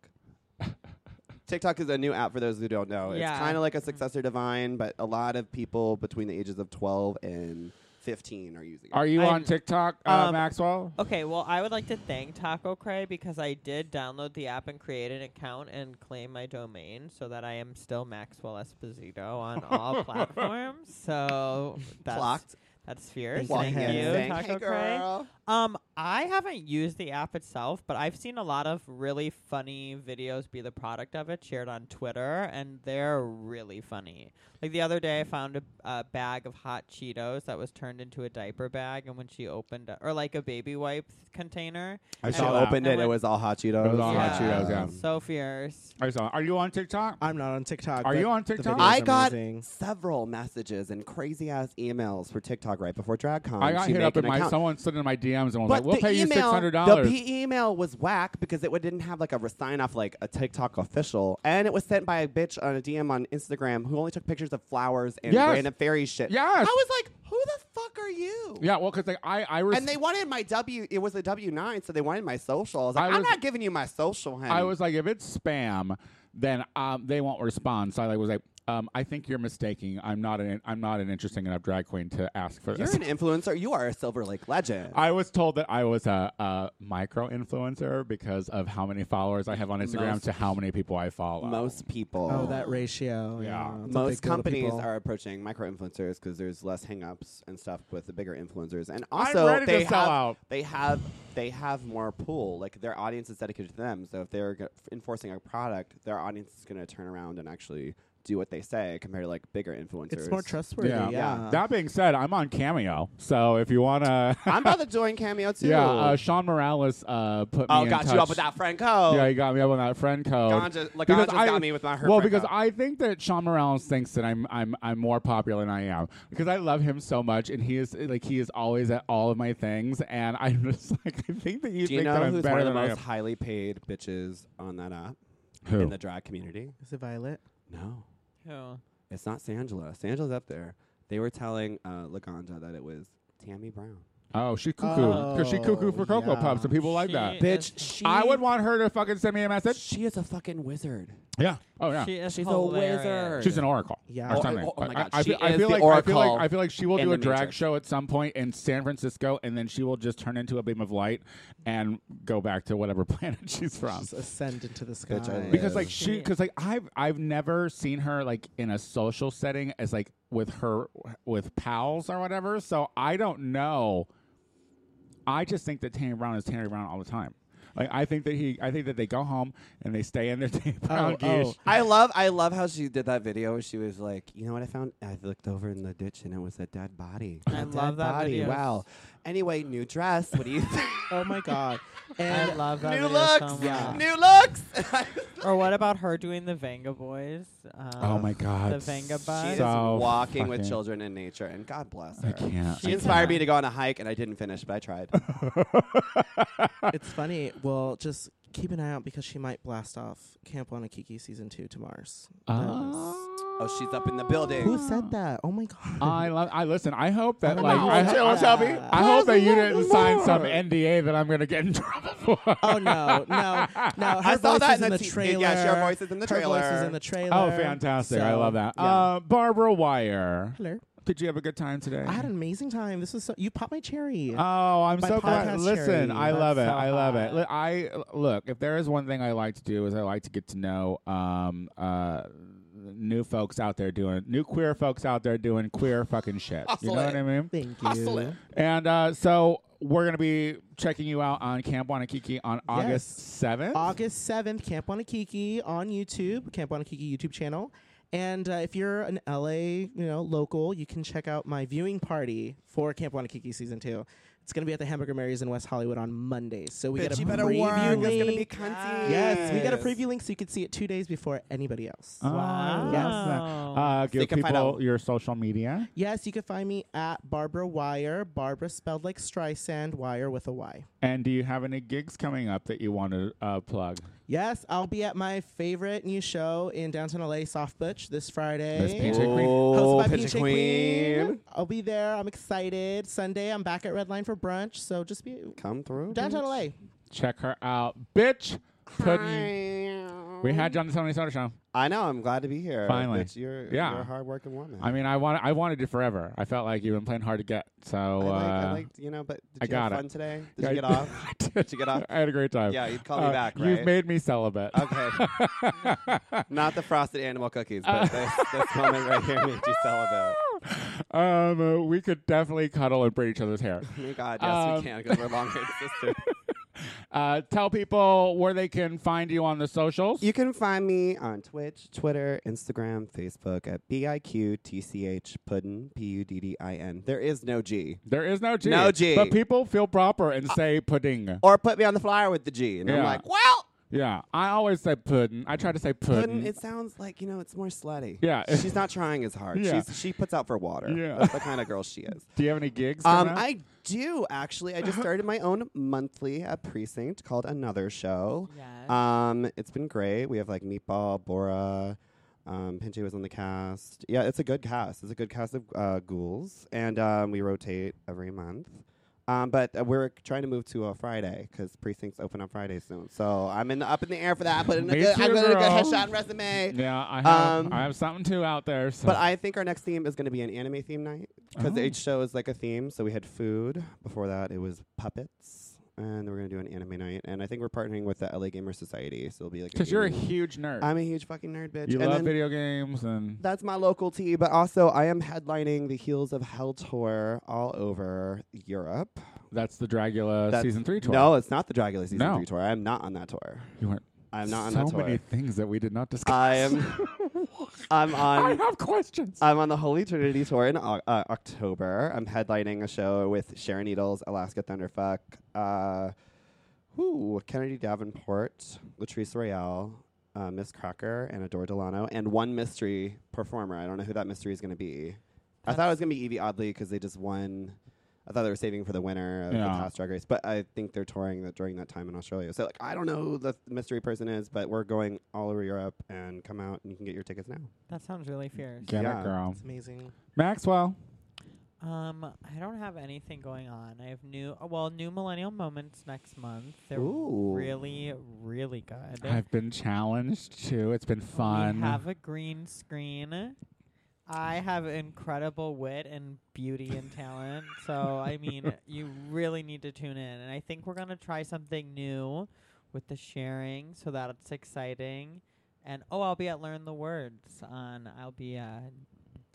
TikTok is a new app for those who don't know. It's Yeah. kind of like a successor to Vine, but a lot of people between the ages of 12 and 15 are using it. Are you I'm- on TikTok, uh, um, Maxwell? Okay, well, I would like to thank Taco Cray because I did download the app and create an account and claim my domain so that I am still Maxwell Esposito on all platforms. So that's Clocked. that's fierce. Walking Thank Clocked. in you, and saying, Taco hey, Cray. girl. Um, I haven't used the app itself, but I've seen a lot of really funny videos be the product of it shared on Twitter, and they're really funny. Like the other day, I found a, a bag of hot Cheetos that was turned into a diaper bag, and when she opened, or like a baby wipe container, I and saw that. and opened it. It when- was all hot Cheetos. It was all hot Cheetos, yeah. So fierce. I saw. Are you on TikTok? I'm not on TikTok. Are but you on the TikTok? videos I are got amazing. several messages and crazy ass emails for TikTok right before DragCon. I got to hit make up in an my account. someone slid in my DMs and was But like, "We'll the pay you six email, hundred The dollars." P email was whack because it would- didn't have like a sign off like a TikTok official, and it was sent by a bitch on a DM on Instagram who only took pictures of flowers and Yes. random fairy shit. Yes. I was like, who the fuck are you? Yeah, well, because like I, I, res- And they wanted my W. It was a W nine, so they wanted my social. I was like, I I'm was- not giving you my social, honey. I was like, if it's spam, then um, they won't respond. So I like was like, um, I think you're mistaking. I'm not an, I'm not an interesting enough drag queen to ask for You're this. an influencer. You are a Silver Lake legend. I was told that I was a, a micro influencer because of how many followers I have on Instagram Most- to how many people I follow. Most people. Oh, that ratio. Yeah. Yeah. it's a big most deal to companies people. are approaching micro influencers because there's less hangups and stuff with the bigger influencers, and I'm also ready to they sell have out. they have they have more pool. Like their audience is dedicated to them. So if they're g- enforcing a product, their audience is going to turn around and actually do what they say compared to like bigger influencers. It's more trustworthy. Yeah. Yeah. uh, That being said, I'm on Cameo, so if you wanna, I'm about to join Cameo too. (laughs) yeah, uh, Sean Morales uh, put me. oh, in got touch. you up with that friend code. Yeah, he got me up on that friend code. Ganja- like, Because Ganja's I- got me with my her Well, friend because code. I think that Sean Morales thinks that I'm I'm I'm more popular than I am because I love him so much, and he is like he is always at all of my things, and (laughs) I'm just like I think that do you think you know that I'm who's better one of the than most I highly paid bitches on that app am. Who? in the drag community? Is it Violet? No. Who? It's not Sangela. Sangela's up there. They were telling uh, Laganja that it was Tammy Brown. oh, she cuckoo because Oh, she cuckoo for Cocoa yeah. Puffs and people like She that. is- Bitch, she, I would want her to fucking send me a message. She is a fucking wizard. Yeah. Oh yeah. She is She's a hilarious. wizard. She's an oracle. Yeah. Or Oh, something. oh, oh my God. I, I, She feel, I is feel the like I feel oracle like I feel like she will in do a the drag Matrix. show at some point in San Francisco, and then she will just turn into a beam of light and go back to whatever (laughs) planet she's from. Just ascend into the sky. Bitch, I Because Yeah. like she, She- because like I've I've never seen her like in a social setting as like with her with pals or whatever. So I don't know. I just think that Tanner Brown is Tanner Brown all the time. Like I think that he, I think that they go home and they stay in their (laughs) Tanner Brown oh. geesh. I love I love how she did that video where she was like, you know what I found? I looked over in the ditch and it was a dead body. I A love dead that body. video. Wow. Anyway, new dress. What do you think? Oh (laughs) my god. I And love that. new video looks. So much. Yeah. New looks. (laughs) Or what about her doing the Vanga Boys? Um, oh my god, The Vanga she Bus. is So walking with fucking- children in nature and God bless I her. can't. She inspired me to go on a hike and I didn't finish, but I tried. it's funny. Well, just keep an eye out because she might blast off Camp Wanakiki season two to Mars. That oh, she's up in the is- building. Who said that? Oh my god. I love. I listen. I hope that Oh, like. no, I, ho- chill, I- Shelby. I hope that you didn't sign some NDA that I'm gonna get in (laughs) trouble for. oh no, no, no. Her I saw voice that is in in the the t- trailer. yeah, she- her voice is in the Her voice is trailer. in the trailer. Oh, fantastic! I So, love that. yeah. Uh, Barbara Wire, Hello. did you have a good time today? I had an amazing time. This is so, you popped my cherry. Uh, Oh, I'm My so glad. podcast Listen, cherry. I That's love it. so I love it. hot. Li- I look. If there is one thing I like to do is I like to get to know um uh new folks out there doing new queer folks out there doing queer fucking (laughs) shit. you know what I mean? Thank you. And uh, so we're gonna be checking you out on Camp Wanakiki on August seventh. August seventh, Camp Wanakiki on YouTube, Camp Wanakiki YouTube channel. And uh, if you're an LA, you know, local, you can check out my viewing party for Camp Wanakiki season two. It's gonna be at the Hamburger Mary's in West Hollywood on Mondays. So we Bitch, got a you better preview work. It's link. gonna be cunty. yes, we got a preview link so you can see it two days before anybody Oh, else. Wow. Wow. Ah, Uh, They give can find people out- your social media. Yes, you can find me at Barbara Wire. Barbara spelled like Streisand, Wire with a Y. And do you have any gigs coming up that you want to uh, plug? Yes, I'll be at my favorite new show in downtown LA, Soft Butch, this Friday. Miss Peach. Oh, Hosted by Pitch Peach a Queen. Queen. I'll be there. I'm excited. Sunday, I'm back at Red Line for brunch. So just be Come through. downtown LA. Check her out, bitch. Puddin. Hi. We had you on the Sony Soda Show. Mm. I know. I'm glad to be here. Finally. Bitch, you're, Yeah. you're a hardworking woman. I mean, I want I wanted you forever. I felt like you've been playing hard to get. So I like, uh, I liked, you know, but did I you have got it. fun today? Did I- you get off? (laughs) I did. Did you get off? I had a great time. Uh, Yeah, you'd call me back, You've right? made me celibate. (laughs) Okay. Not the frosted animal cookies, Uh, but this, this moment right here made you (laughs) celibate. (laughs) um, uh, we could definitely cuddle and braid each other's hair. Oh my God, yes, Um, we can because we're (laughs) long haired sisters. Uh, tell people where they can find you on the socials. You can find me on Twitch, Twitter, Instagram, Facebook at B I Q T C H Puddin, P U D D I N. There is no G. there is no G. No G. But people feel proper and say pudding. Or put me on the flyer with the G. And Yeah. I'm like, well, Yeah, I always say pudding. I try to say pudding. Puddin, it sounds like, you know, it's more slutty. Yeah. She's not trying as hard. Yeah. She's, she puts out for water. Yeah. That's the kind of girl she (laughs) is. Do you have any gigs? Um, coming up? I do actually. I just started my own monthly at Precinct called Another Show. Yes. Um, it's been great. We have like Meatball, Bora, um, Pinche was on the cast. Yeah, it's a good cast. It's a good cast of uh, ghouls, and um, we rotate every month. Um, but uh, we're trying to move to a Friday because precincts open on Friday soon. So I'm in the, up in the air for that. But in a Me good, too, I'm going to get a girl. headshot and resume. yeah, I have. um, I have something too out there. So. But I think our next theme is going to be an anime theme night because Oh. each show is like a theme. So we had food. Before that, it was puppets, and then we're going to do an anime night. And I think we're partnering with the LA Gamer Society, so it'll be like because you're a gaming- huge nerd. I'm a huge fucking nerd, bitch. you and love then video games and That's my local tea, but also I am headlining the Heels of Hell tour all over Europe. that's the Dragula That's- season three tour. No, it's not the Dragula season No. three tour. I'm not on that tour. you weren't. I'm not so on that tour. many things that we did not discuss. I (laughs) am. I'm I on. have questions. I'm on the Holy Trinity tour in Oc- uh, October. I'm headlining a show with Sharon Needles, Alaska Thunderfuck, uh, who Kennedy Davenport, Latrice Royale, uh, Miss Cracker, and Adore Delano, and one mystery performer. I don't know who that mystery is going to be. I thought it was going to be Evie Oddly because they just won. I thought they were saving for the winner of Yeah. the past Drag Race, but I think they're touring that during that time in Australia. So like, I don't know who the mystery person is, but we're going all over Europe and come out and you can get your tickets now. that sounds really fierce. Get yeah. it, girl. It's amazing. Maxwell. Um, I don't have anything going on. I have new, uh, well, new millennial moments next month. They're Ooh. really, really good. I've been challenged too. It's been We fun. have a green screen. I have incredible wit and beauty and talent. So, I mean, you really need to tune in. And I think we're going to try something new with the sharing so that it's exciting. And oh, I'll be at Learn the Words on, I'll be uh,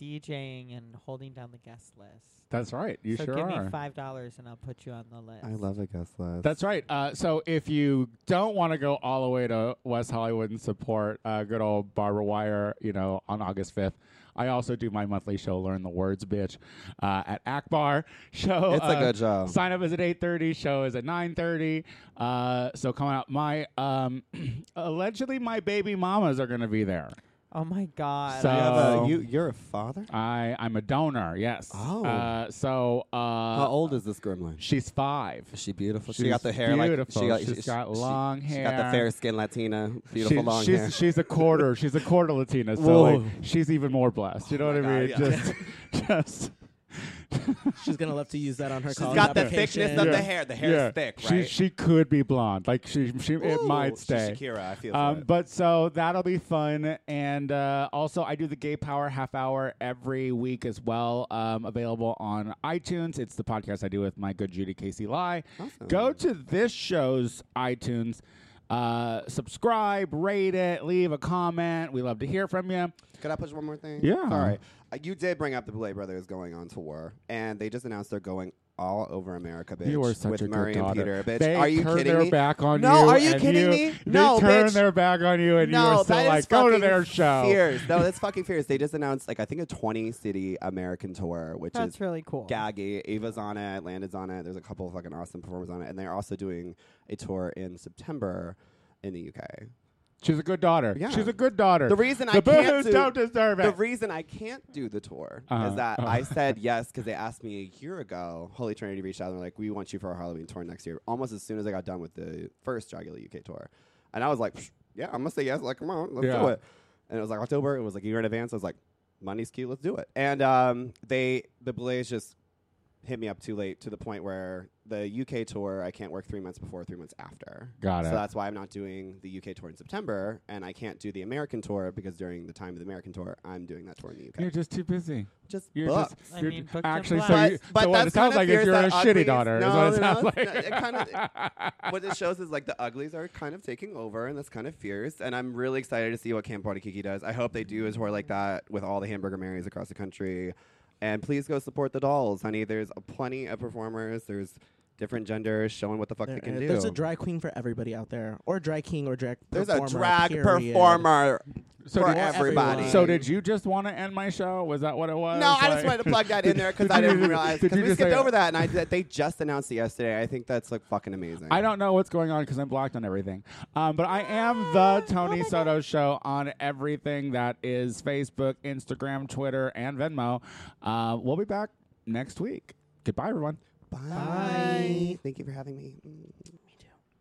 DJing and holding down the guest list. That's right. You so sure give are. me five dollars and I'll put you on the list. I love a guest list. That's right. Uh, so if you don't want to go all the way to West Hollywood and support uh, good old Barbara Wire, you know, on August 5th, I also do my monthly show, Learn the Words, Bitch, uh, at Akbar. (laughs) Show. It's a uh, good show. Sign up is at 8.30. Show is at 9.30. Uh, so come out. My, um, (clears throat) allegedly, my baby mamas are going to be there. Oh my god. So- You have Oh. a, you, you're a father? I, I'm a donor, yes. Oh. Uh, so uh, How old is this gremlin? she's five. Is she beautiful? She's she got the hair beautiful. like she got, She's got long she, She got hair. the fair skinned Latina, beautiful She- long she's, hair. She's a quarter. She's a quarter Latina. So Whoa. Oh like, she's even more blessed. You know what I my mean? God, (laughs) yeah. Just, just. She's gonna love to use that on her. She's college got the application. thickness of the hair. The hair yeah. is thick, She right? she could be blonde. Like she she it Ooh, might she's stay. Shakira, I feel. Um, for it. but so that'll be fun, and uh, also I do the Gay Power half hour every week as well. Um, available on iTunes. It's the podcast I do with my good Judy Casey Lie. Awesome. Go to this show's iTunes, uh, subscribe, rate it, leave a comment. We love to hear from you. Could I push one more thing? Yeah. Sorry. Uh, you did bring up the Blade Brothers going on tour, and they just announced they're going all over America, bitch. You are such with a Murray good daughter. and Peter, bitch. They are you turn kidding their me? back on no, you. are you and kidding you- me? They No, turn bitch. their back on you, and you no, are still that is like, go to fucking their show. Fierce. No, (laughs) that's fucking fierce. They just announced like I think a 20 city American tour, which That's is really cool. gaggy. Ava's on it, Landon's on it. There's a couple of fucking awesome performers on it, and they're also doing a tour in September in the UK. She's a good daughter. Yeah. She's a good daughter. The reason the I can't boohoo's do, don't deserve it. The reason I can't do the tour Uh-huh. is that Uh-huh. I (laughs) said yes because they asked me a year ago. Holy Trinity reached out and they're like, "We want you for our Halloween tour next year." Almost as soon as I got done with the first Dragula UK tour, and I was like, "Psh, "Yeah, I'm gonna say yes. Like, come on, let's Yeah. do it." And it was like October. It was like a year in advance. I was like, "Money's key. Let's do it." And um, they the Blaze just hit me up too late to the point where the UK tour I can't work three months before, three months after. Got so it. that's why I'm not doing the UK tour in September, and I can't do the American tour because during the time of the American tour, I'm doing that tour in the UK. You're just too busy. just You're booked. just I you're mean, booked and actually so. blessed. You, but so what that's it sounds kinda like is fierce you're a that shitty uglies- daughter. No, is what it no, sounds it's like. not- it (laughs) kinda- what it shows is like the uglies are kind of taking over, and that's kind of fierce. And I'm really excited to see what Camp Party Kiki does. I hope they do a tour like that with all the Hamburger Marys across the country. And please go support the dolls, honey. There's a plenty of performers. There's different genders showing what the fuck There- they can do. There's a drag queen for everybody out there, or drag king, or drag. There's a performer, drag period. performer So for did- everybody. everyone. So did you just want to end my show? Was that what it was? No, I Like- just wanted to plug that in there because I (laughs) Did you didn't just- realize did because you we just skipped say- over that, and I that they just announced it yesterday. I think that's like fucking amazing. I don't know what's going on because I'm blocked on everything. Um, but I am the Tony Soto show on everything that is Facebook, Instagram, Twitter, and Venmo. Uh, we'll be back next week. Goodbye, everyone. Bye. Thank you for having me.